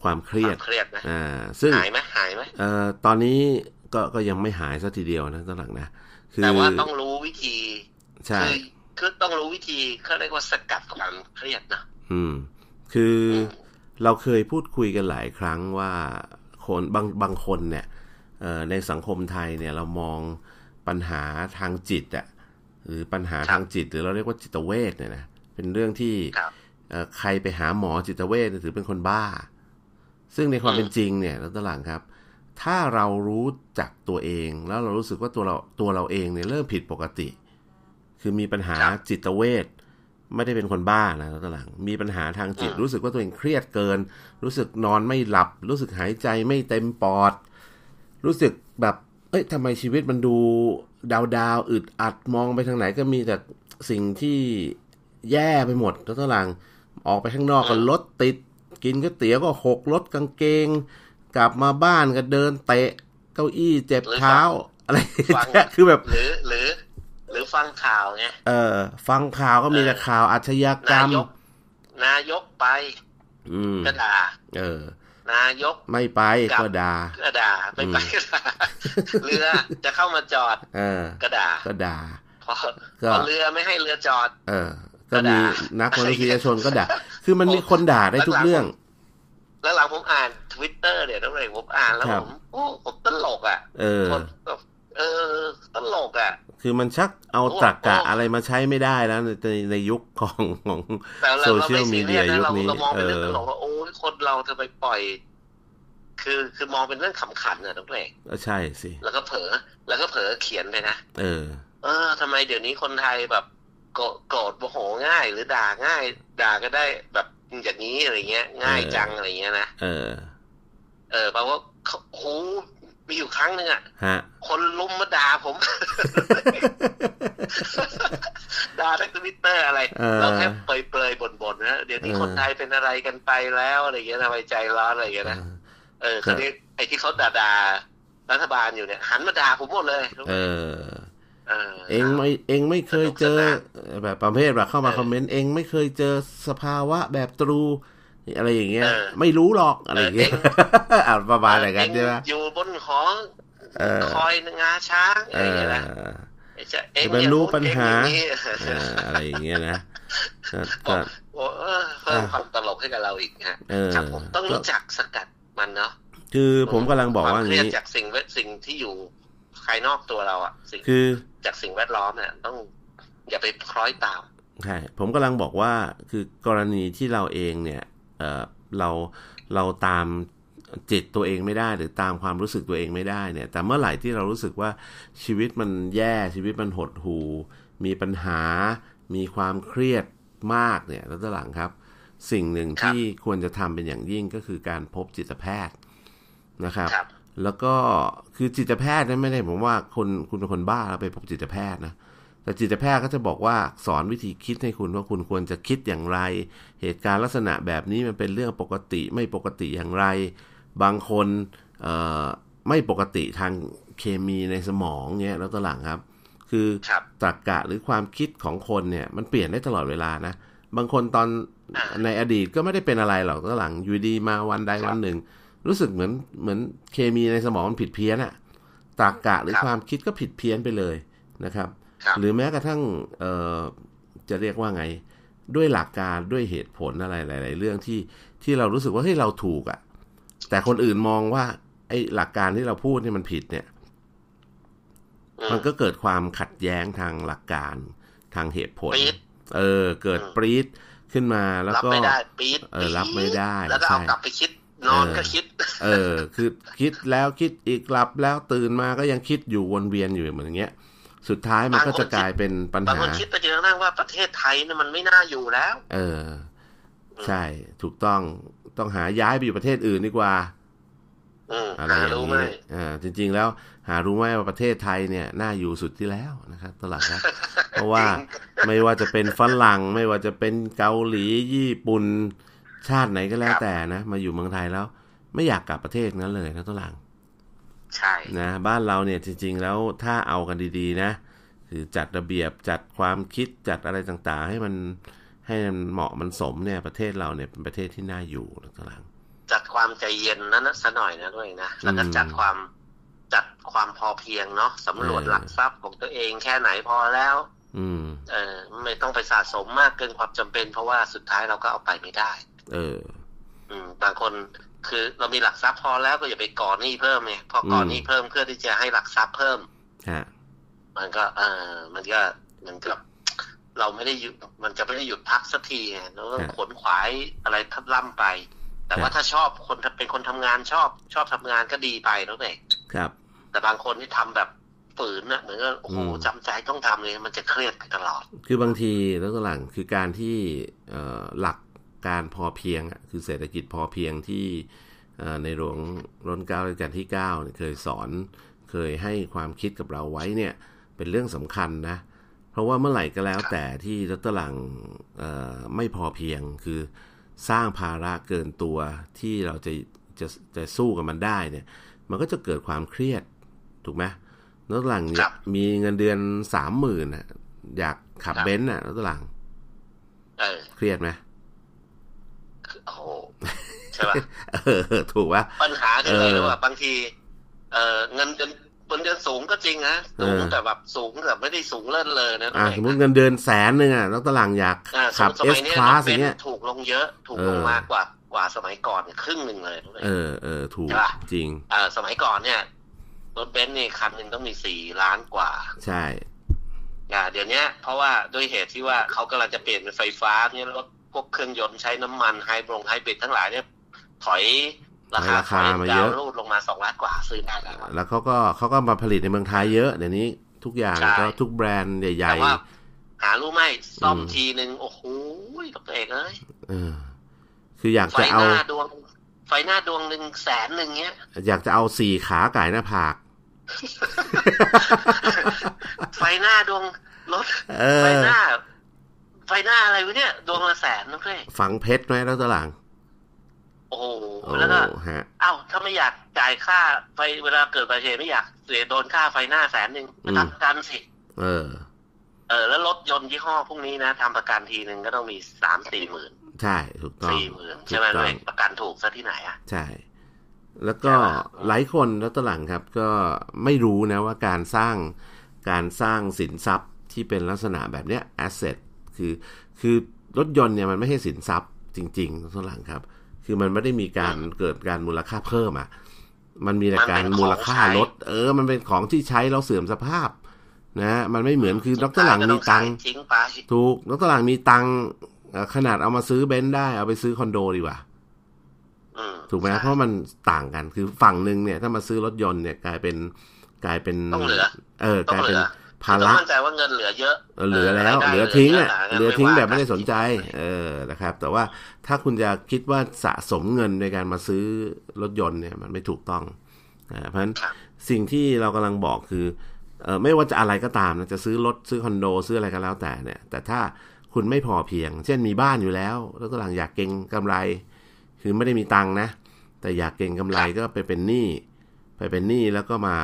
Speaker 1: ความเครียด
Speaker 2: ความเครียดนะ
Speaker 1: อ่า ซึ่ง
Speaker 2: หายไหมหายไหม
Speaker 1: เอ่อตอนนี้ก็ก็ยังไม่หายสักทีเดียวนะตอนหลังนะ คือ
Speaker 2: แต่ว่าต้องรู้วิธี
Speaker 1: ใช่
Speaker 2: คื คือต้องรู้วิธีเขาเรียกว่าสกัดความเครียดนะ
Speaker 1: อืม คือเราเคยพูดคุยกันหลายครั้งว่าคนบางบางคนเนี่ยเอ่อในสังคมไทยเนี่ยเรามองปัญหาทางจิตอะหรือปัญหาทางจิต หรือเราเรียกว่าจิตเวชเนี่ยนะเป็นเรื่องที่
Speaker 2: ครับ
Speaker 1: เอ่อใครไปหาหมอจิตเวชเนี่ยถือเป็นคนบ้า ซึ่งในความ
Speaker 2: อืม
Speaker 1: เป็นจริงเนี่ยแล้วตหลังครับ ถ้าเรารู้จักตัวเอง แล้วเรารู้สึกว่าตัวเราตัวเราเองเนี่ยเริ่มผิดปกติ คือมีปัญหา
Speaker 2: ครับ
Speaker 1: จิตเวชไม่ได้เป็นคนบ้านะตอนหลังมีปัญหาทางจิต
Speaker 2: อืม
Speaker 1: รู้สึกว่าตัวเองเครียดเกิน รู้สึกนอนไม่หลับ รู้สึกหายใจไม่เต็มปอด รู้สึกแบบ เอ้ยทำไมชีวิตมันดูดาวดาวๆอึดอัดมองไปทางไหนก็มีแต่สิ่งที่แย่ไปหมดแล้วตอนหลังออกไปข้างนอกก็รถติด กินก๋วยเตี๋ยวก็หกรถกางเกง กลับมาบ้านก็เดินเตะเก้าอี้เจ็บเท้าอะไร
Speaker 2: ฟัง
Speaker 1: คือแบบ
Speaker 2: หรือหรือหรือฟังข่าวไง
Speaker 1: เออฟังข่าวก็มีแต่ข่าวอาชญากร
Speaker 2: นาร
Speaker 1: ม
Speaker 2: ยก นายกไป
Speaker 1: อืม
Speaker 2: ก็ด่า
Speaker 1: เออ
Speaker 2: นายก
Speaker 1: ไม่ไป
Speaker 2: กลับ
Speaker 1: ก็ด่า
Speaker 2: ก็ด่าไม่ไปก็ด่าเรือจะเข้ามาจอด
Speaker 1: เออ
Speaker 2: ก็ด่า
Speaker 1: ก็ด่า
Speaker 2: พอ
Speaker 1: ก็
Speaker 2: พอเรือไม่ให้เรือจอด
Speaker 1: เออ
Speaker 2: ก็
Speaker 1: ก็
Speaker 2: ด่า
Speaker 1: มีนักมนุษยชนก็ด่า คือมันมีคนด่าได้ทุก
Speaker 2: หลังๆ
Speaker 1: เรื่อง
Speaker 2: แล้วหลังผมอ่านทวิตเตอร์เนี่ยต้องเลยผมอ่านแล้ว
Speaker 1: ครั
Speaker 2: ผ
Speaker 1: บ
Speaker 2: มโอ้ผมตลกอ่ะ
Speaker 1: เออ
Speaker 2: คนแบบเออตลกอ่ะ
Speaker 1: คือมันชักเอา
Speaker 2: โอ้
Speaker 1: ตรรกะ
Speaker 2: โอ้
Speaker 1: อะไรมาใช้ไม่ได้แล้วในในในยุคของของ
Speaker 2: แต่เราเราไม่
Speaker 1: Social
Speaker 2: ซี
Speaker 1: media
Speaker 2: เรียสนะเรา
Speaker 1: ยุคนี้
Speaker 2: เรามองเป็นเรื่อง
Speaker 1: เอ
Speaker 2: ต
Speaker 1: อ
Speaker 2: ลกว่าโอ้ยคนเราจะไปปล่อย คือคือมองเป็นเรื่องขำขันน่ะต้องเลย
Speaker 1: เออใช่สิ
Speaker 2: แล้วก็เผลอแล้วก็เผลอเขียนไปนะ
Speaker 1: เออ
Speaker 2: เออทำไมเดี๋ยวนี้คนไทยแบบโกรธโกรธโมโหง่าย หรือด่าง่าย ด่าก็ได้แบบอย่างนี้อะไรเงี้ย ง่ายจังอะไรเงี้ยนะ
Speaker 1: เออ
Speaker 2: เออแปลว่าเขาโอ้โหมีอยู่ครั้งหนึ่งอ่ะ
Speaker 1: ฮะ
Speaker 2: คนลุมมาด่าผม ด่าในทวิตเตอร์อะไร
Speaker 1: เออ
Speaker 2: เราแค่เปรยเปรยๆบ่นๆนะเดี๋ยวนี้
Speaker 1: เออ
Speaker 2: คนไทยเป็นอะไรกันไปแล้วอะไรเงี้ยทำไมใจร้อนอะไรเงี้ยนะเออคราวนี้ไอ้ที่เขาด่าด่าๆรัฐบาลอยู่เนี่ย หันมาด่าผมหมดเลย
Speaker 1: เออ
Speaker 2: เออ
Speaker 1: เองไม่เองไม่เคยเจอ
Speaker 2: สนุกส
Speaker 1: แบบประเภทแบบเข้ามา
Speaker 2: เออ
Speaker 1: คอมเมนต์เองไม่เคยเจอสภาวะแบบตรู อะไรอย่างเงี้ย
Speaker 2: เออ
Speaker 1: ไม่รู้หรอกอะไรอย่างเงี้ย
Speaker 2: เอ
Speaker 1: อ่านประมาณอะไรกันใช่ไหม
Speaker 2: เองอยู่บนของ
Speaker 1: เออ
Speaker 2: คอยงาช้างอะ
Speaker 1: เอ
Speaker 2: ไรอย่า
Speaker 1: อ
Speaker 2: งเงี้ยนะไอ้เจ้าเอง
Speaker 1: จะไปรู้ปัญหา
Speaker 2: เองอ
Speaker 1: เอ
Speaker 2: ย่งนี้
Speaker 1: ออะไรอย่างเงี้ยนะก็
Speaker 2: บ
Speaker 1: ก็
Speaker 2: อกโอ้เออเพิ่มความตลกให้กับเราอีกฮะ
Speaker 1: เออ
Speaker 2: ครับผมต้องรู้จักสกัดมันเนาะ
Speaker 1: คือผมกำลังบอกว่า
Speaker 2: ค
Speaker 1: อ
Speaker 2: ม
Speaker 1: ย่า
Speaker 2: เค
Speaker 1: ง
Speaker 2: รียด
Speaker 1: นี้
Speaker 2: จากสิ่งแวดสิ่งที่อยู่ภายนอกตัวเราอะสิ่ง
Speaker 1: คือ
Speaker 2: จากสิ่งแวดล้อมเนี่ยต้องอย่าไปคล้อยตาม
Speaker 1: ใช่ผมกำลังบอกว่าคือกรณีที่เราเองเนี่ยเอ่อเราเราตามจิตตัวเองไม่ได้หรือตามความรู้สึกตัวเองไม่ได้เนี่ยแต่เมื่อไหร่ที่เรารู้สึกว่าชีวิตมันแย่ชีวิตมันหดหู่มีปัญหา มีความเครียดมากเนี่ยแล้วตอนหลังครับ สิ่งหนึ่ง
Speaker 2: ครับ
Speaker 1: ที่ควรจะทำเป็นอย่างยิ่งก็คือการพบจิตแพทย์นะครับ
Speaker 2: ครับ
Speaker 1: แล้วก็คือจิตแพทย์นั้นไม่ได้ผมว่าคนคุณเป็นคนบ้าแล้วไปพบจิตแพทย์นะ แต่จิตแพทย์ก็จะบอกว่าสอนวิธีคิดให้คุณว่าคุณควรจะคิดอย่างไร เหตุการณ์ลักษณะแบบนี้มันเป็นเรื่องปกติไม่ปกติอย่างไร บางคนเอ่อไม่ปกติทางเคมีในสมองเงี้ยแล้วตอนหลังครับ คือ
Speaker 2: ครับ
Speaker 1: ตรรกกะหรือความคิดของคนเนี่ยมันเปลี่ยนได้ตลอดเวลานะ บางคนตอน
Speaker 2: อ่า
Speaker 1: ในอดีตก็ไม่ได้เป็นอะไรหรอกตอนหลังอยู่ดีมาวันใดวันหนึ่ง รู้สึกเหมือนเหมือนเคมีในสมองมันผิดเพี้ยนอะตรรกกะหรือ
Speaker 2: ครับ
Speaker 1: ความคิดก็ผิดเพี้ยนไปเลยนะครับ
Speaker 2: ครับ
Speaker 1: หรือแม้กระทั่งเอ่อจะเรียกว่าไง ด้วยหลักการด้วยเหตุผลอะไรหลาย ๆ เรื่องที่ที่เรารู้สึกว่าเฮ้ยเราถูกอะแต่คนอื่นมองว่าไอ้หลักการที่เราพูดเนี่ยมันผิดเนี่ย
Speaker 2: อืม
Speaker 1: มันก็เกิดความขัดแย้งทางหลักการทางเหตุผล
Speaker 2: ปรี๊ด
Speaker 1: เออ เกิด
Speaker 2: อืม
Speaker 1: ปรี๊ดขึ้นมาแล้ว
Speaker 2: รับ
Speaker 1: ก็
Speaker 2: ไม่ได้ปี๊ด
Speaker 1: เออรับไม่ได้
Speaker 2: แล้วก็เอา
Speaker 1: ใช่
Speaker 2: กลับไปคิด นอน
Speaker 1: เออ
Speaker 2: ก็คิด
Speaker 1: เออ คือคิดแล้วคิดอีกหลับแล้วตื่นมาก็ยังคิดอยู่วนเวียนอยู่เหมือนอย่างเงี้ย สุดท้ายมันก็จะกลายเป็นปัญ
Speaker 2: บาง
Speaker 1: หา
Speaker 2: คนคิดไปจนกระทั่งว่าประเทศไทยเนี่ยมันไม่น่าอยู่แล้ว
Speaker 1: เออ ใช่ ถูกต้องต้องหาย้ายไปอยู่ประเทศอื่นดีกว่า
Speaker 2: อืม
Speaker 1: อะไร
Speaker 2: หา
Speaker 1: อย่าง
Speaker 2: รู้ไหม
Speaker 1: นี้เอ่าจริง ๆ แล้ว หารู้ไหมว่าประเทศไทยเนี่ยน่าอยู่สุดที่แล้วนะครับตลาด ครับ เพราะว่าไม่ว่าจะเป็นฝรั่งไม่ว่าจะเป็นเกาหลีญี่ปุ่นชาติไหนก็แล้ว
Speaker 2: ครับ
Speaker 1: แต่นะ มาอยู่เมืองไทยแล้ว ไม่อยากกลับประเทศนั้นเลยนะตลาด
Speaker 2: ใช่
Speaker 1: นะบ้านเราเนี่ยจริงๆแล้วถ้าเอากันดีๆนะคือจัดระเบียบจัดความคิดจัดอะไรต่างๆ ให้มันให้มันเหมาะมันสมเนี่ยประเทศเราเนี่ยเป็นประเทศที่น่าอยู่นะกำลัง
Speaker 2: จัดความใจเย็นนั่นนะซะหน่อยนะด้วยนะแล้วก็
Speaker 1: อืม
Speaker 2: จัดความจัดความพอเพียงเนาะสำรวจ
Speaker 1: เออ
Speaker 2: หลักทรัพย์ของตัวเองแค่ไหนพอแล้ว
Speaker 1: อืม
Speaker 2: เออไม่ต้องไปสะสมมากเกินความจำเป็น เพราะว่าสุดท้ายเราก็เอาไปไม่ได้
Speaker 1: เออ
Speaker 2: อืมบางคนคือเรามีหลักทรัพย์พอแล้วก็อย่าไปก่อหนี้เพิ่มไงพอก่อหนี้เพิ่มเพื่อที่จะให้หลักทรัพย์เพิ่ม
Speaker 1: ฮะ
Speaker 2: มันก็เออมันก็เหมันกับเราไม่ได้หยุดมันจะไม่ได้หยุดพักสักทีไงแล้วก็
Speaker 1: ครับ
Speaker 2: ขวนขวายอะไรทับล่ำไป แต่
Speaker 1: ครับ
Speaker 2: ว่าถ้าชอบคนเป็นคนทำงานชอบชอบทำงานก็ดีไปแล้วเอง
Speaker 1: ครับ
Speaker 2: แต่บางคนที่ทำแบบฝืนน่ะเหมือนก็โอ้โห
Speaker 1: อืม
Speaker 2: จำใจต้องทำเลยมันจะเครียดไปตลอด
Speaker 1: คือบางทีแล้วก็หลังคือการที่เอ่อหลักการพอเพียงอะคือเศรษฐกิจพอเพียงที่เอ่อในหลวงรัชกาลรัชกาลที่9เนี่ยเคยสอนเคยให้ความคิดกับเราไว้เนี่ยเป็นเรื่องสำคัญนะ เพราะว่าเมื่อไหร่ก็แล้วแต่ที่รัฐหลังเอ่อไม่พอเพียงคือสร้างภาระเกินตัวที่เราจะจะจะสู้กับมันได้เนี่ย มันก็จะเกิดความเครียดถูกไหมแล้วหลังเนี่
Speaker 2: ค
Speaker 1: ย
Speaker 2: รับ
Speaker 1: มีเงินเดือนสามหมื่นะอยากขับ
Speaker 2: ครับ
Speaker 1: เบนซ์อ่ะแล้วหลัง
Speaker 2: เออ
Speaker 1: เครียดไหม
Speaker 2: คือโอ้โหใช่ป่ะ
Speaker 1: เออ ถูกปะ
Speaker 2: ปัญหาคืออะไร
Speaker 1: เออ
Speaker 2: รู้ป่ะบางที เออเงินเดือนเงินเดือนสูงก็จริงนะสูง
Speaker 1: เออ
Speaker 2: แต่แบบสูงแต่ไม่ได้สูงเลิศเลยนะ
Speaker 1: อ่ะ
Speaker 2: เว้ย
Speaker 1: สมมติเงินเดือนแสนหนึ่งอ่ะแล้วตลางอยาก
Speaker 2: อ่าส
Speaker 1: ขั
Speaker 2: ม
Speaker 1: บ
Speaker 2: มติส
Speaker 1: เอส
Speaker 2: มัยเนี้ย
Speaker 1: คลาร สอ
Speaker 2: ถเบน
Speaker 1: ย่างเงี้ย
Speaker 2: ซ์ถูกลงเยอะ ถูกลง
Speaker 1: เออ
Speaker 2: มากกว่ากว่าสมัยก่อนเนี่ยครึ่งหนึ่งเลยนะเว้ย
Speaker 1: เออเออถูก
Speaker 2: ใช่ปะ
Speaker 1: จริง
Speaker 2: อ่าสมัยก่อนเนี่ยรถเบนซ์นี่คันหนึ่งต้องมีสี่ล้านกว่า
Speaker 1: ใช่
Speaker 2: อ่าเดี๋ยวเนี้ยเพราะว่าด้วยเหตุที่ว่าเขากำลังจะเปลี่ยนเป็นไฟฟ้าเนี่ยรถพวกเครื่องยนต์ใช้น้ำมันไฮบรงไฮบริดทั้งหลายเนี่ยถอยราคา
Speaker 1: ถอยราคามาเยอะ
Speaker 2: ดวรูดลงมาสองล้านกว่าซื้อได้แล้วอะ
Speaker 1: แล้วเขาก็เขาก็มาผลิตในเมืองไทยเยอะเดี๋ยวนี้ทุกอย่าง
Speaker 2: ใช่
Speaker 1: ก็ทุกแบรนด์ใหญ่
Speaker 2: แต่ว่าหารู้ไหมซ่อม
Speaker 1: อืม
Speaker 2: ทีหนึ่งโอ้โหดอกเอกเอ้ย
Speaker 1: ๆเออ คืออยาก
Speaker 2: ไฟ
Speaker 1: จะ
Speaker 2: ห
Speaker 1: เอา
Speaker 2: น้าดวง ไฟหน้าดวงหนึ่งแสนหนึ่งเนี้ ย
Speaker 1: อยากจะเอาสี่ขาไก่ายหน้าผาก
Speaker 2: ไฟหน้าดวงรถ
Speaker 1: เอ
Speaker 2: ไฟ
Speaker 1: อ
Speaker 2: หน้า ไฟหน้าอะไรวะเนี่ย ดวงละแสนนะเพื่อน
Speaker 1: ฝังเพชรไหมแล้วตลาง
Speaker 2: โอ้โห
Speaker 1: โอ้
Speaker 2: แล้วก็
Speaker 1: ฮะ
Speaker 2: เอ้าถ้าไม่อยากจ่ายค่าไฟเวลาเกิดอุบัติเหตุไม่อยากเสียโดนค่าไฟหน้าแสนหนึ่งไป
Speaker 1: อืม
Speaker 2: ทำประกันสิ
Speaker 1: เออ
Speaker 2: เออแล้วรถยนต์ยี่ห้อพวกนี้นะทำประกันทีหนึ่งก็ต้องมีสามสี่หมื่น
Speaker 1: ใช่ถูกต้อง
Speaker 2: สี่หมื่นใช่ไหมเว้ยประกันถูกซะที่ไหนอะ
Speaker 1: ใช่ แล้วก็
Speaker 2: ใช่ปะ
Speaker 1: หลายคนแล้วตอนหลังครับ ก็ไม่รู้นะว่าการสร้างการสร้างสินทรัพย์ที่เป็นลักษณะแบบเนี้ย asset คือคือรถยนต์เนี่ยมันไม่ใช่สินทรัพย์จริงๆตอนหลังครับ คือมันไม่ได้มีการเกิดการมูลค่าเพิ่มอ่ะ มันมีแต่การมูลค่าลดเออ มันเป็นของที่ใช้แล้วเสื่อมสภาพ นะฮะมันไม่เหมือนคือดรหลังมีตังค์
Speaker 2: ทิ้งไป
Speaker 1: ถูกแล้วตลาดมีตังค์เอ่อขนาดเอามาซื้อเบนซ์ได้เอาไปซื้อคอนโดดีกว่า
Speaker 2: อื
Speaker 1: ถูกไหม
Speaker 2: ใช่
Speaker 1: เพราะมันต่างกันคือฝั่งหนึ่งเนี่ยถ้ามาซื้อรถยนต์เนี่ยกลายเป็นกลายเป็น
Speaker 2: ต้องเหลือ
Speaker 1: เออก
Speaker 2: ต้อ
Speaker 1: ลาง ยเป็นภา
Speaker 2: เหลือต้อ
Speaker 1: ระ
Speaker 2: งมั่นใจว่าเงินเหลือเยอะ
Speaker 1: เออเหลือแล้ว
Speaker 2: รายได้
Speaker 1: เหลือทิ้งอ่ะ
Speaker 2: ห
Speaker 1: เหลือทิ้งแบบไม่
Speaker 2: ว่า
Speaker 1: ได้
Speaker 2: กัน
Speaker 1: สนใจ เออนะครับ แต่ว่าถ้าคุณจะคิดว่าสะสมเงินในการมาซื้อรถยนต์เนี่ยมันไม่ถูกต้องอ่าเพราะฉะนั้น
Speaker 2: ครับ
Speaker 1: สิ่งที่เรากำลังบอกคือเออไม่ว่าจะอะไรก็ตามนะจะซื้อรถซื้อคอนโดซื้ออะไรก็แล้วแต่เนี่ย แต่ถ้าคุณไม่พอเพียง เช่นมีบ้านอยู่แล้ว แล้วก็หลังอยากเก็งกำไร คือไม่ได้มีตังค์นะ แต่อยากเก็งกำไรก็ไปเป็นหนี้ไปเป็นหนี้แล้วก็มา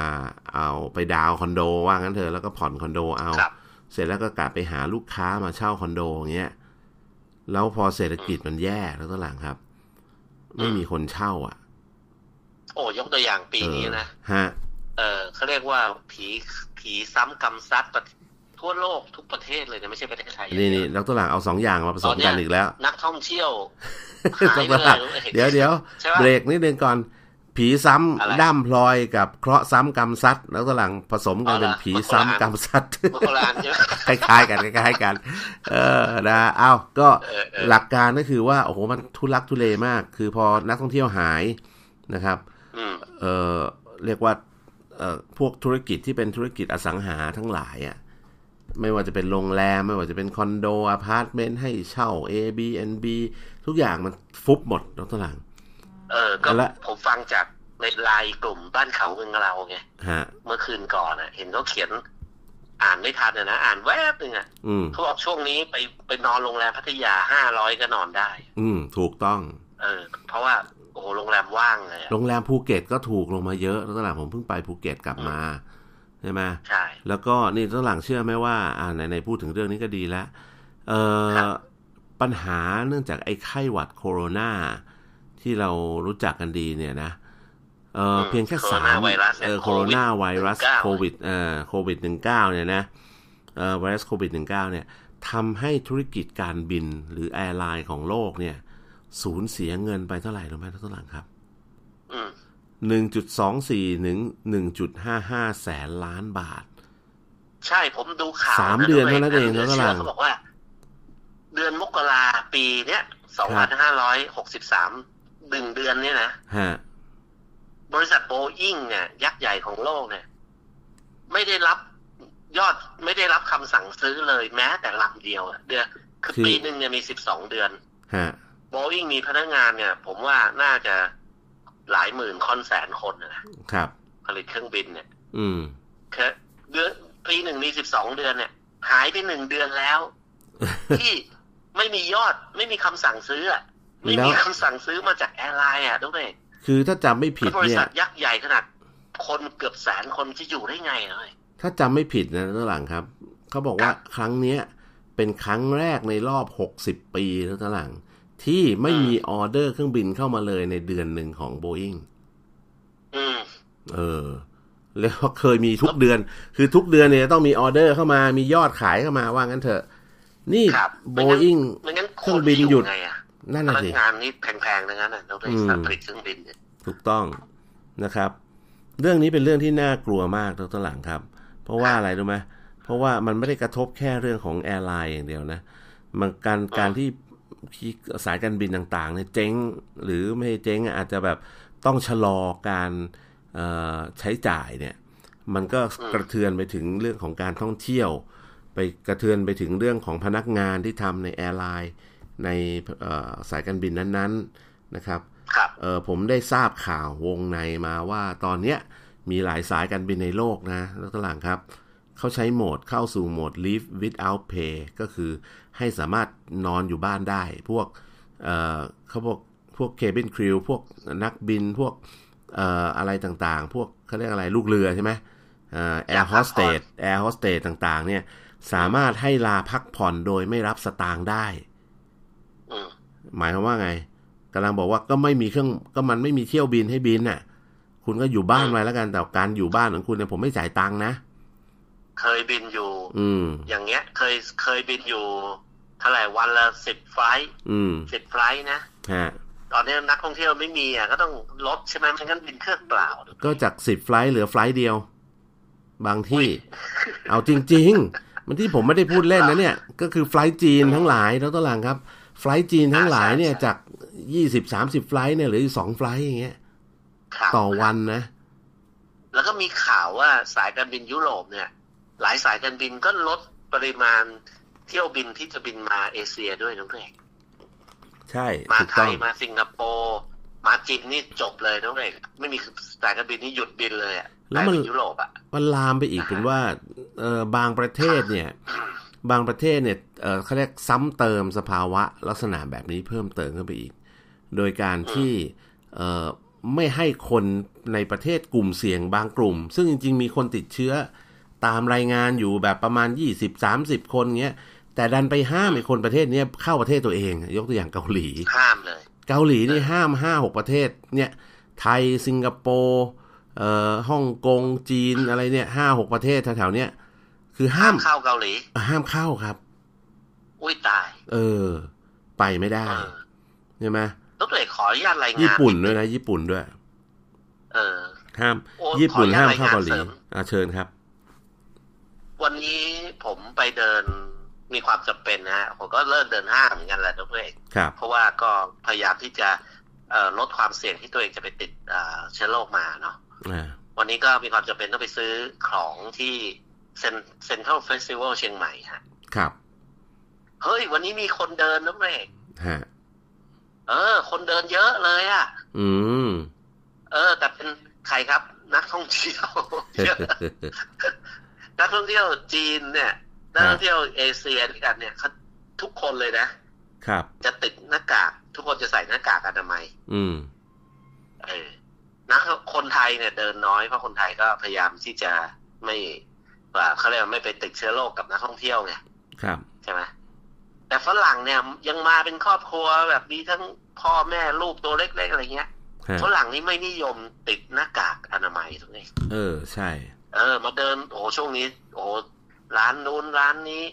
Speaker 1: เอาไปดาวน์คอนโดว่างั้นเถอะแล้วก็ผ่อนคอนโดเอา
Speaker 2: ครับ
Speaker 1: เสร็จแล้วก็กลับไปหาลูกค้ามาเช่าคอนโดอย่างเงี้ย แล้วพอเศรษฐกิจมันแย่แล้วก็หลังครับ ไม่มีคนเช่า อ่ะ
Speaker 2: โอ้ยกตัวอย่างปีนี้นะ
Speaker 1: เออฮะ
Speaker 2: เออเขาเรียกว่าผีผีซ้ำกรรมซัดประเทศทั่วโลกทุกประเทศเลยนะไม่ใช่ประเทศไทยอย่าง
Speaker 1: นี่
Speaker 2: เดียว
Speaker 1: นี่ดรหลังเอาสองอย่างมาผสม
Speaker 2: ตอนเนี้
Speaker 1: กัน
Speaker 2: ย
Speaker 1: อีกแล้ว
Speaker 2: นักท่องเที่ยว หา
Speaker 1: ด
Speaker 2: ย
Speaker 1: ร
Speaker 2: ไป
Speaker 1: หลัง
Speaker 2: เลย
Speaker 1: เดี๋ยวเดี๋ยว
Speaker 2: ใช่ปะ
Speaker 1: เบรกนิดนึงก่อน ผีซ้
Speaker 2: อะไร
Speaker 1: ำด้ามพลอยกับเคราะห์ซ้ำกรรมซัดแล้วก็หลังผสมกัน
Speaker 2: เอาล่ะ
Speaker 1: เป็นผี
Speaker 2: มันคนละอัน
Speaker 1: ซ้ำกรรมซั ด
Speaker 2: โบราณใช่ไหม
Speaker 1: คล้ายๆกันคล้ายๆกัน เออนะเอาก็
Speaker 2: เออเออ
Speaker 1: หลักการก็คือว่าโอ้โหมันทุลักทุเลมาก คือพอนักท่องเที่ยวหายนะครับ
Speaker 2: อืม
Speaker 1: เออเรียกว่าเออพวกธุรกิจที่เป็นธุรกิจอสังหาทั้งหลายอะ่ะไม่ว่าจะเป็นโรงแรม ไม่ว่าจะเป็นคอนโดอพาร์ตเมนต์ให้เช่า Airbnb ทุกอย่างมันฟุบหมดแล้วตหลัง
Speaker 2: เออก็
Speaker 1: และ
Speaker 2: ผมฟังจากในไลน์กลุ่มบ้านเขาเมืองเราไง
Speaker 1: ฮะ
Speaker 2: เมื่อคืนก่อนอ่ะ เห็นเขาเขียน อ่านไม่ทันอะนะอ่านแวบหนึ่งอ่ะ
Speaker 1: อืม
Speaker 2: เขาบอกช่วงนี้ไปไปนอนโรงแรมพัทยาห้าร้อยก็นอนได้
Speaker 1: อืม ถูกต้อง
Speaker 2: เออ เพราะว่าโอ้โหโรงแรมว่างเลยอะ
Speaker 1: โรงแรมภูเก็ตก็ถูกลงมาเยอะแล้วตหลังผมเพิ่งไปภูเก็ตกลับมาใช่ไหม
Speaker 2: ใช่
Speaker 1: แล้วก็นี่ต้นหลังเชื่อไหมว่า อ่าไหนไหนพูดถึงเรื่องนี้ก็ดีแล้วเออปัญหาเนื่องจากไอ้ไข้หวัดโคโรนาที่เรารู้จักกันดีเนี่ยนะเออเพียงแค่
Speaker 2: โร
Speaker 1: สาม
Speaker 2: นไวรัส
Speaker 1: เออโคโรนาไวรัสโควิดเออโควิดหนึ่งเก้าเนี่ยนะ เอ่อไวรัสโควิด -19 เนี่ยทำให้ธุรกิจการบินหรือแอร์ไลน์ของโลกเนี่ยสูญเสียเงินไปเท่าไหร่รู้ไหมท่านผู้ฟังครับ
Speaker 2: อืม
Speaker 1: 1.24ถึง1.55 แสนล้านบาท
Speaker 2: ใช่ผมดูข่าว
Speaker 1: สามเดือนเท่านั้นเอง
Speaker 2: แล้ว
Speaker 1: แล้วก็หลัง
Speaker 2: เขาบอกว่า เดือนมกราปีเนี้ยสอง
Speaker 1: ครั
Speaker 2: พั
Speaker 1: บ
Speaker 2: นห้าร้อยหกสิบสามหนึ่งเดือนเนี่ยนะ
Speaker 1: ฮะ
Speaker 2: บริษัทโบอิงเนี่ย ยักษ์ใหญ่ของโลกเนี่ย ไม่ได้รับยอดไม่ได้รับคำสั่งซื้อเลยแม้แต่ลำเดียวอะเดือนคือ
Speaker 1: คือ
Speaker 2: ปีหนึ่งเนี่ยมีสิบสองเดือน
Speaker 1: ฮะ
Speaker 2: โบอิงมีพนักงานเนี่ย ผมว่าน่าจะหลายหมื่นคอนแสนคนนะครับ ผลิตเครื่องบินเนี่ย
Speaker 1: อืม
Speaker 2: แค่เดือนปีหนึ่งมีสิบสองเดือนเนี่ย หายไปหนึ่งเดือน แล้ว ที่ไม่มียอดไม่มีคำสั่งซื้ออะไม่มี
Speaker 1: แล้ว
Speaker 2: คำสั่งซื้อมาจากแอร์ไลน์อ่ะทุกท่าน
Speaker 1: คือถ้าจำไม่ผิด
Speaker 2: บริ
Speaker 1: เนี่
Speaker 2: ษั
Speaker 1: ย
Speaker 2: ทยักษ์ใหญ่ขนาด คนเกือบแสนคนจะอยู่ได้ไงเอ้ย
Speaker 1: ถ้าจำไม่ผิดนะท่านหลังครับ เขาบอกว่า
Speaker 2: ครับ
Speaker 1: ครั้งเนี้ยเป็นครั้งแรกในรอบ 60 ปีนะท่านหลัง ที่ไม่
Speaker 2: อืม
Speaker 1: มีออเดอร์เครื่องบินเข้ามาเลยในเดือนหนึ่งของโบอิง
Speaker 2: อืม
Speaker 1: เออ แล้วก็เคยมีทุกเดือน คือทุกเดือนเนี่ยจะต้องมีออเดอร์เข้ามา มียอดขายเข้ามาว่างั้นเถอะ นี่
Speaker 2: ครับ
Speaker 1: โบอิง
Speaker 2: ไม่งั้น
Speaker 1: เค
Speaker 2: ค
Speaker 1: รื่อง
Speaker 2: น
Speaker 1: บิน
Speaker 2: จะ
Speaker 1: หยุด
Speaker 2: ไงอ่ะ
Speaker 1: นั่น
Speaker 2: พ
Speaker 1: น่ะ
Speaker 2: นัก
Speaker 1: สิ
Speaker 2: งานนี่แพงๆทั้งนั้นนะต้องไป
Speaker 1: อืม
Speaker 2: ผลิตเครื่องบินเนี่ย
Speaker 1: ถูกต้องนะครับ เรื่องนี้เป็นเรื่องที่น่ากลัวมากดรหลังครับ เพราะว่าอะไรรู้ไหมเพราะว่ามันไม่ได้กระทบแค่เรื่องของแอร์ไลน์อย่างเดียวนะมันการการที่ที่สายการบินต่างๆเนี่ยเจ๊งหรือไม่เจ๊งอาจจะแบบต้องชะลอการเอ่อใช้จ่ายเนี่ย มันก็กระเทือนไปถึงเรื่องของการท่องเที่ยว ไปกระเทือนไปถึงเรื่องของพนักงานที่ทำในแอร์ไลน์ในเอ่อสายการบินนั้นๆนะครับ
Speaker 2: ครับ
Speaker 1: เออผมได้ทราบข่าววงในมาว่าตอนเนี้ยมีหลายสายการบินในโลกนะแล้วตหลังครับ เขาใช้โหมดเข้าสู่โหมด live without pay ก็คือให้สามารถนอนอยู่บ้านได้ พวกเอ่อเขาบอกพวกเคบินครีวพวกนักบินพวกเอ่ออะไรต่างๆ พวกเขาเรียกอะไรลูกเรือใช่ไหมแอร์โฮสเตสแอร์โฮสเตสต่างๆเนี่ยสามารถให้ลาพักผ่อนโดยไม่รับสตางค์ได้
Speaker 2: อืม
Speaker 1: หมายความว่าไงกำลังบอกว่าก็ไม่มีเครื่องก็มันไม่มีเที่ยวบินให้บินน่ะ คุณก็อยู่บ้านไปแล้วกันแต่การอยู่บ้านของคุณเนี่ยผมไม่จ่ายตังค์นะ
Speaker 2: เคยบินอยู่
Speaker 1: อืม
Speaker 2: อย่างเงี้ย เคยเคยบินอยู่เท่าไหร่วันละสิบไฟล์
Speaker 1: อืม
Speaker 2: สิบไฟล์นะ
Speaker 1: ฮะ
Speaker 2: ตอนนี้นักท่องเที่ยวไม่มีอ่ะก็ต้องลดใช่ไหมไม่งั้นบินเครื่องเปล่า
Speaker 1: ก็จากสิบไฟลท์เหลือไฟลท์เดียว บางที่
Speaker 2: อุ๊ย
Speaker 1: เอาจริงๆ มันที่ผมไม่ได้พูดเล่นนะเนี่ย ก็คือไฟลท์จีนทั้งหลายแล้วต้นหลังครับ ไฟลท์จีนทั้งหลายเนี่ยจากยี่สิบสามสิบไฟลท์เนี่ยเหลืออยู่สองไฟลท์อย่างเงี้ย
Speaker 2: ครับ
Speaker 1: ต่อวันนะ
Speaker 2: แล้วก็มีข่าวว่าสายการบินยุโรปเนี่ย หลายสายการบินก็ลดปริมาณเที่ยวบินที่จะบินมาเอเชียด้วยน้องเอก
Speaker 1: ใช่
Speaker 2: มา
Speaker 1: ถูก
Speaker 2: ไท
Speaker 1: ต้อย ง
Speaker 2: มาสิงคโปร์มาจีนนี่จบเลยน้องเอกไม่มีสายการบินที่หยุดบินเลยอะสายการบินยุโรปอะ
Speaker 1: มันลามไปอีกเป็นว่าเออบางประเทศเนี่ย บางประเทศเนี่ยเอ่อเขาเรียกซ้ำเติมสภาวะลักษณะแบบนี้เพิ่มเติมเข้าไปอีก โดยการที่เอ่อไม่ให้คนในประเทศกลุ่มเสี่ยงบางกลุ่ม ซึ่งจริง ๆ มีคนติดเชื้อตามรายงานอยู่แบบประมาณ 20-30 คนเงี้ย แต่ดันไปห้ามไอ้คนประเทศเนี้ยเข้าประเทศตัวเอง ยกตัวอย่างเกาหลี
Speaker 2: ห้ามเลย
Speaker 1: เกาหลีนี่ห้ามห้าหกประเทศเนี่ยไทยสิงคโปร์เอ่อฮ่องกงจีนอะไรเนี่ยห้าหกประเทศแถวๆเนี้ยคือห้า
Speaker 2: ห้าม มเข้าเกาหลี
Speaker 1: ห้ามเข้าครับ
Speaker 2: อุ้ยตาย
Speaker 1: เออ ไปไม่ได้
Speaker 2: เออ
Speaker 1: ใช่ไหม
Speaker 2: น้องเอกขออนุญาตรายงาน
Speaker 1: ญี่ปุ่นด้วยนะ ญี่ปุ่นด้วย
Speaker 2: เออ
Speaker 1: ห้าม
Speaker 2: โอ้
Speaker 1: ญี่ปุ่น
Speaker 2: ขออนุญาต
Speaker 1: ห้ามเข้าเกาห
Speaker 2: ราย
Speaker 1: ลี
Speaker 2: งานเสริม
Speaker 1: อ่ะเชิญครับ
Speaker 2: วันนี้ผมไปเดินมีความจำเป็นนะฮะผมก็เลิกเดินห้างเหมือนกันแหละน้องเอก
Speaker 1: ครับ
Speaker 2: เพราะว่าก็พยายามที่จะเอ่อลดความเสี่ยงที่ตัวเองจะไปติดเอ่อเชื้อโรคมาเนาะ
Speaker 1: อ่า
Speaker 2: วันนี้ก็มีความจำเป็นต้องไปซื้อของที่เซ็นทรัลเฟสติวัลเชียงใหม่ฮะ
Speaker 1: ครับ
Speaker 2: เฮ้ย วันนี้มีคนเดินนะเมฆ
Speaker 1: ฮะ
Speaker 2: เออ คนเดินเยอะเลยอะ
Speaker 1: อืม
Speaker 2: เออ แต่เป็นใครครับนักท่องเที่ยว เยอะนักท่องเที่ยวจีนเนี่ยนักท่องเที่ยวเอเชียด้วยกันเนี่ยเขาทุกคนเลยนะ
Speaker 1: ครับ
Speaker 2: จะติดหน้ากาก ทุกคนจะใส่หน้ากากอนามัย
Speaker 1: อืม
Speaker 2: เออนักคนไทยเนี่ยเดินน้อยเพราะคนไทยก็พยายามที่จะไม่ว่าเขาเรียกว่าไม่ไปติดเชื้อโรคกับนักท่องเที่ยวไง
Speaker 1: ครับ
Speaker 2: ใช่ไหมแต่ฝรั่งเนี่ยยังมาเป็นครอบครัวแบบมีทั้งพ่อแม่ลูกตัวเล็กๆอะไรเงี้ย
Speaker 1: ฮะ
Speaker 2: ฝรั่งนี่ไม่นิยมติดหน้ากากอนามัยตรงนี้
Speaker 1: เออ ใช่
Speaker 2: เออ มาเดินโอ้โหช่วงนี้ โอ้โห ร้านนู้นร้านนี้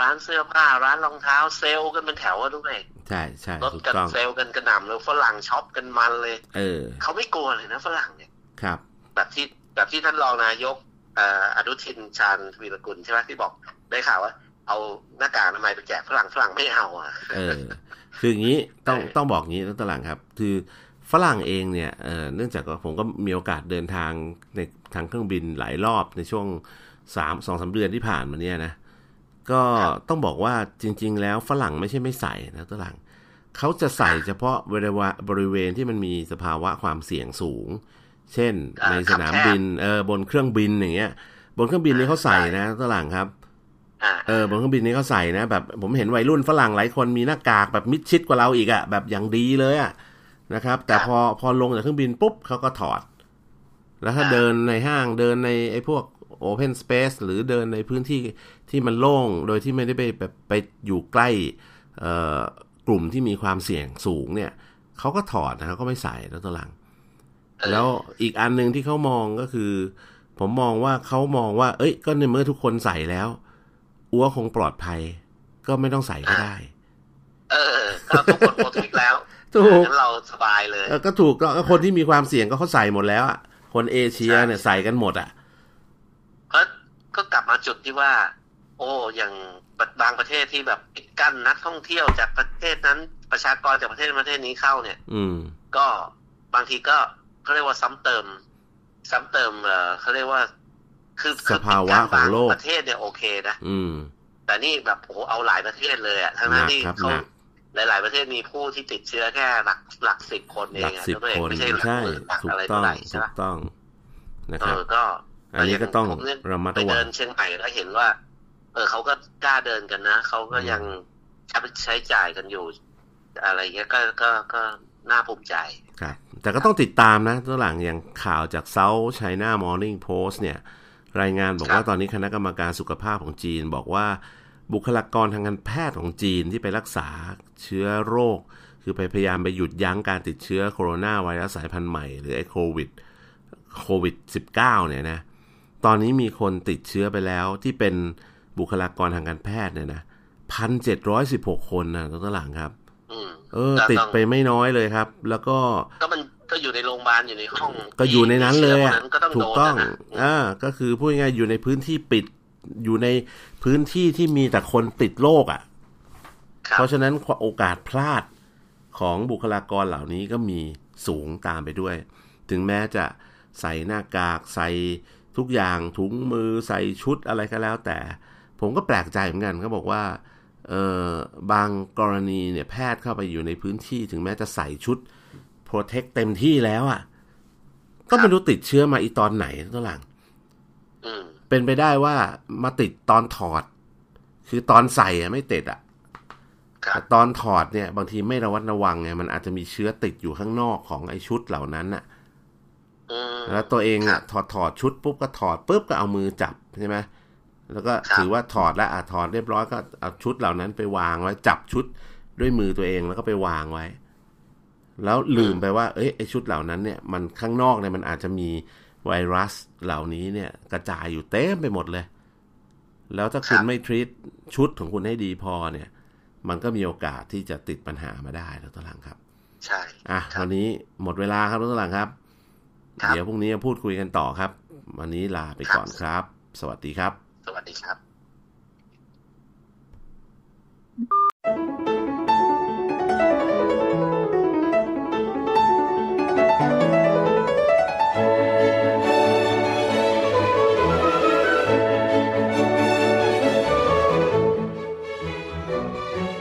Speaker 2: ร้านเสื้อผ้าร้านรองเท้าเซลล์กันเป็นแถวอะด้วย
Speaker 1: ใช่ใช่
Speaker 2: ลด
Speaker 1: ถูก
Speaker 2: กัน
Speaker 1: ต้อง
Speaker 2: เซลล์กันกระหน่ำเลยฝรั่งช็อปกันมันเลย
Speaker 1: เออ
Speaker 2: เขาไม่กลัวเลยนะฝรั่งเนี่ย
Speaker 1: ครับ
Speaker 2: แบบที่แบบที่ท่านรองนายกเอ่ออนุทินชาญวีรกุลใช่ไหมที่บอกได้ข่าวว่า เอาหน้ากากอนามัยไปแจกฝรั่งฝรั่งไม่เอาอ่ะ
Speaker 1: เออ คืออย่างนี้ต้อง
Speaker 2: เออ
Speaker 1: ต้องบอกอย่างนี้นะตวหลังครับ คือฝรั่งเองเนี่ยเออเนื่องจากว่าผมก็มีโอกาสเดินทางในทางเครื่องบินหลายรอบในช่วงสามสองสามเดือนที่ผ่านมาเนี่ยนะ ก็ต้องบอกว่าจริง ๆ แล้วฝรั่งไม่ใช่ไม่ใส่นะตวหลัง เขาจะใส่เฉพาะบริเวณบริเวณที่มันมีสภาวะความเสี่ยงสูง เช่น
Speaker 2: อ่า
Speaker 1: ในสนามบินเออบนเครื่องบินอย่างเงี้ย บนเครื่องบินนี่เขาใส่นะตวหลังครับ
Speaker 2: อ่า
Speaker 1: เออบนเครื่องบินนี้เขาใส่นะแบบผมเห็นวัยรุ่นฝรั่งหลายคนมีหน้ากากแบบมิดชิดกว่าเราอีกอะแบบอย่างดีเลยอะนะครับ แต่พอพอลงจากเครื่องบินปุ๊บเขาก็ถอด แล้วถ้าเดินในห้างเดินในไอ้พวก Open Space หรือเดินในพื้นที่ที่มันโล่ง โดยที่ไม่ได้ไปแบบไปอยู่ใกล้เอ่อกลุ่มที่มีความเสี่ยงสูงเนี่ยเขาก็ถอดนะเขาก็ไม่ใส่แล้วตัวหลัง
Speaker 2: เออ
Speaker 1: แล้วอีกอันหนึ่งที่เขามองก็คือ ผมมองว่าเขามองว่า เอ้ย ก็ในเมื่อทุกคนใส่แล้ว อัวคงปลอดภัย ก็ไม่ต้องใส่ก็ได้
Speaker 2: เออก็ทุกคนโปรติกแล้ว
Speaker 1: ถูก
Speaker 2: งั้นเราสบายเลย
Speaker 1: เออก็ถูกก็ก็คนที่มีความเสี่ยงก็เขาใส่หมดแล้วอะคนเอเชียเนี่ยใส่กันหมดอ่ะ
Speaker 2: เพราะก็กลับมาจุดที่ว่า โอ้อย่างบางประเทศที่แบบปิดกั้นนักท่องเที่ยวจากประเทศนั้นประชากรจากประเทศนั้นประเทศนี้เข้าเนี่ย
Speaker 1: อืม
Speaker 2: ก็บางทีก็เขาเรียกว่าซ้ำเติม ซ้ำเติมเออเขาเรียกว่า คือคื
Speaker 1: ส
Speaker 2: อ
Speaker 1: ภาวะของโลก
Speaker 2: บางประเทศเนี่ยโอเคนะ
Speaker 1: อืม
Speaker 2: แต่นี่แบบโอ้โหเอาหลายประเทศเลยอะทั้ง
Speaker 1: ห
Speaker 2: นั้น
Speaker 1: นัก
Speaker 2: ที่
Speaker 1: ครับ
Speaker 2: เขา
Speaker 1: หนัก
Speaker 2: หลาย ๆ ประเทศมีผู้ที่ติดเชื้อแค่หลักหลักสิบคนเอ
Speaker 1: หลั
Speaker 2: ง
Speaker 1: ก
Speaker 2: อะ
Speaker 1: สิบ
Speaker 2: ตัวเอง
Speaker 1: คน
Speaker 2: ไม่ใช่หลัก
Speaker 1: ใช่
Speaker 2: หมื่นหลัก
Speaker 1: ถูก
Speaker 2: อะไร
Speaker 1: ต้
Speaker 2: เท่า
Speaker 1: อง
Speaker 2: ไหร่ใช่
Speaker 1: ถู
Speaker 2: ปะ
Speaker 1: กต้องนะ
Speaker 2: เอ
Speaker 1: ครับ
Speaker 2: อก็
Speaker 1: อันนี้ก็ต้อง
Speaker 2: ผมเนี่ย
Speaker 1: ระมัด
Speaker 2: ไประ
Speaker 1: วั
Speaker 2: เดิ
Speaker 1: ง
Speaker 2: นเชียงใหม่แล้วเห็นว่า เออเขาก็กล้าเดินกันนะเขาก็
Speaker 1: อืม
Speaker 2: ยังใช้จ่ายกันอยู่ อะไรเงี้ยก็ก็ก็น่าภูมิใจ
Speaker 1: ครับแต่ก็ต้องติดตามนะตัวหลังอย่างข่าวจาก South China Morning Post เนี่ย รายงานบอก
Speaker 2: ครับ
Speaker 1: ว่าตอนนี้คณะกรรมการสุขภาพของจีน บอกว่าบุคลากรทางการแพทย์ของจีนที่ไปรักษาเชื้อโรค คือไปพยายามไปหยุดยั้งการติดเชื้อโคโรนาไวรัสสายพันธุ์ใหม่ หรือไอ้โควิดโควิด -19 เนี่ยนะ ตอนนี้มีคนติดเชื้อไปแล้วที่เป็นบุคลากรทางการแพทย์เนี่ยนะพันเจ็ดร้อยสิบหกคนนะตัวหลังครับ
Speaker 2: อืม
Speaker 1: เออ
Speaker 2: ก็ต้อง
Speaker 1: ติดไปไม่น้อยเลยครับ แล้วก็
Speaker 2: ก็มันก็อยู่ในโรงพยาบาลอยู่ในห้อง
Speaker 1: ก็อยู่ในนั้นเลย
Speaker 2: ที่
Speaker 1: อ่ะ
Speaker 2: ชื้พวก็ต้อง
Speaker 1: ถู
Speaker 2: โด
Speaker 1: ก
Speaker 2: น
Speaker 1: ต้อง
Speaker 2: นะนะ
Speaker 1: อ่าก็คือพูดง่ายๆอยู่ในพื้นที่ปิด อยู่ในพื้นที่ที่มีแต่คนติดโรคอ่ะ
Speaker 2: ครับ
Speaker 1: เพราะฉะนั้นโอกาสพลาดของบุคลากรเหล่านี้ก็มีสูงตามไปด้วย ถึงแม้จะใส่หน้ากากใส่ทุกอย่างถุงมือใส่ชุดอะไรก็แล้ว แต่ ผมก็แปลกใจเหมือนกันเขาบอกว่าเออบางกรณีเนี่ยแพทย์เข้าไปอยู่ในพื้นที่ ถึงแม้จะใส่ชุดโปรเทคเต็มที่แล้วอะ่ะ ก็ไม่รู้ติดเชื้อมาอีตอนไหนตัวหลัง
Speaker 2: อืม
Speaker 1: เป็นไปได้ว่ามาติดตอนถอด คือตอนใส่อะไม่ติดอะ
Speaker 2: ครับ
Speaker 1: ตอนถอดเนี่ยบางทีไม่ระวัดระวังไงมันอาจจะมีเชื้อติดอยู่ข้างนอกของไอ้ชุดเหล่านั้นน่ะ
Speaker 2: อืม
Speaker 1: แล้วตัวเอง
Speaker 2: ครั
Speaker 1: อ่ะ
Speaker 2: บ
Speaker 1: ถอดถอดชุดปุ๊บก็ถอดปุ๊บก็เอามือจับใช่ไหมแล้วก็
Speaker 2: ครับ
Speaker 1: ถือว่าถอดแล้วอ่ะถอดเรียบร้อยก็เอาชุดเหล่านั้นไปวางไว้จับชุดด้วยมือตัวเองแล้วก็ไปวางไว้ แล้วลืมไปว่า เอ้ยไอชุดเหล่านั้นเนี่ยมันข้างนอกเนี่ยมันอาจจะมีไวรัสเหล่านี้เนี่ย กระจายอยู่เต็มไปหมดเลย แล้วถ้าคุณไม่ทรีตชุดของคุณให้ดีพอเนี่ย มันก็มีโอกาสที่จะติดปัญหามาได้แล้วตอนหลังครับ
Speaker 2: ใช่
Speaker 1: อ่ะวันนี้หมดเวลาครับทุกท่านครับ
Speaker 2: ครับ
Speaker 1: เดี๋ยวพรุ่งนี้มาพูดคุยกันต่อครับ วันนี้ลาไปก่อนครับ สวัสดีครับ
Speaker 2: สวัสดีครับ
Speaker 3: Thank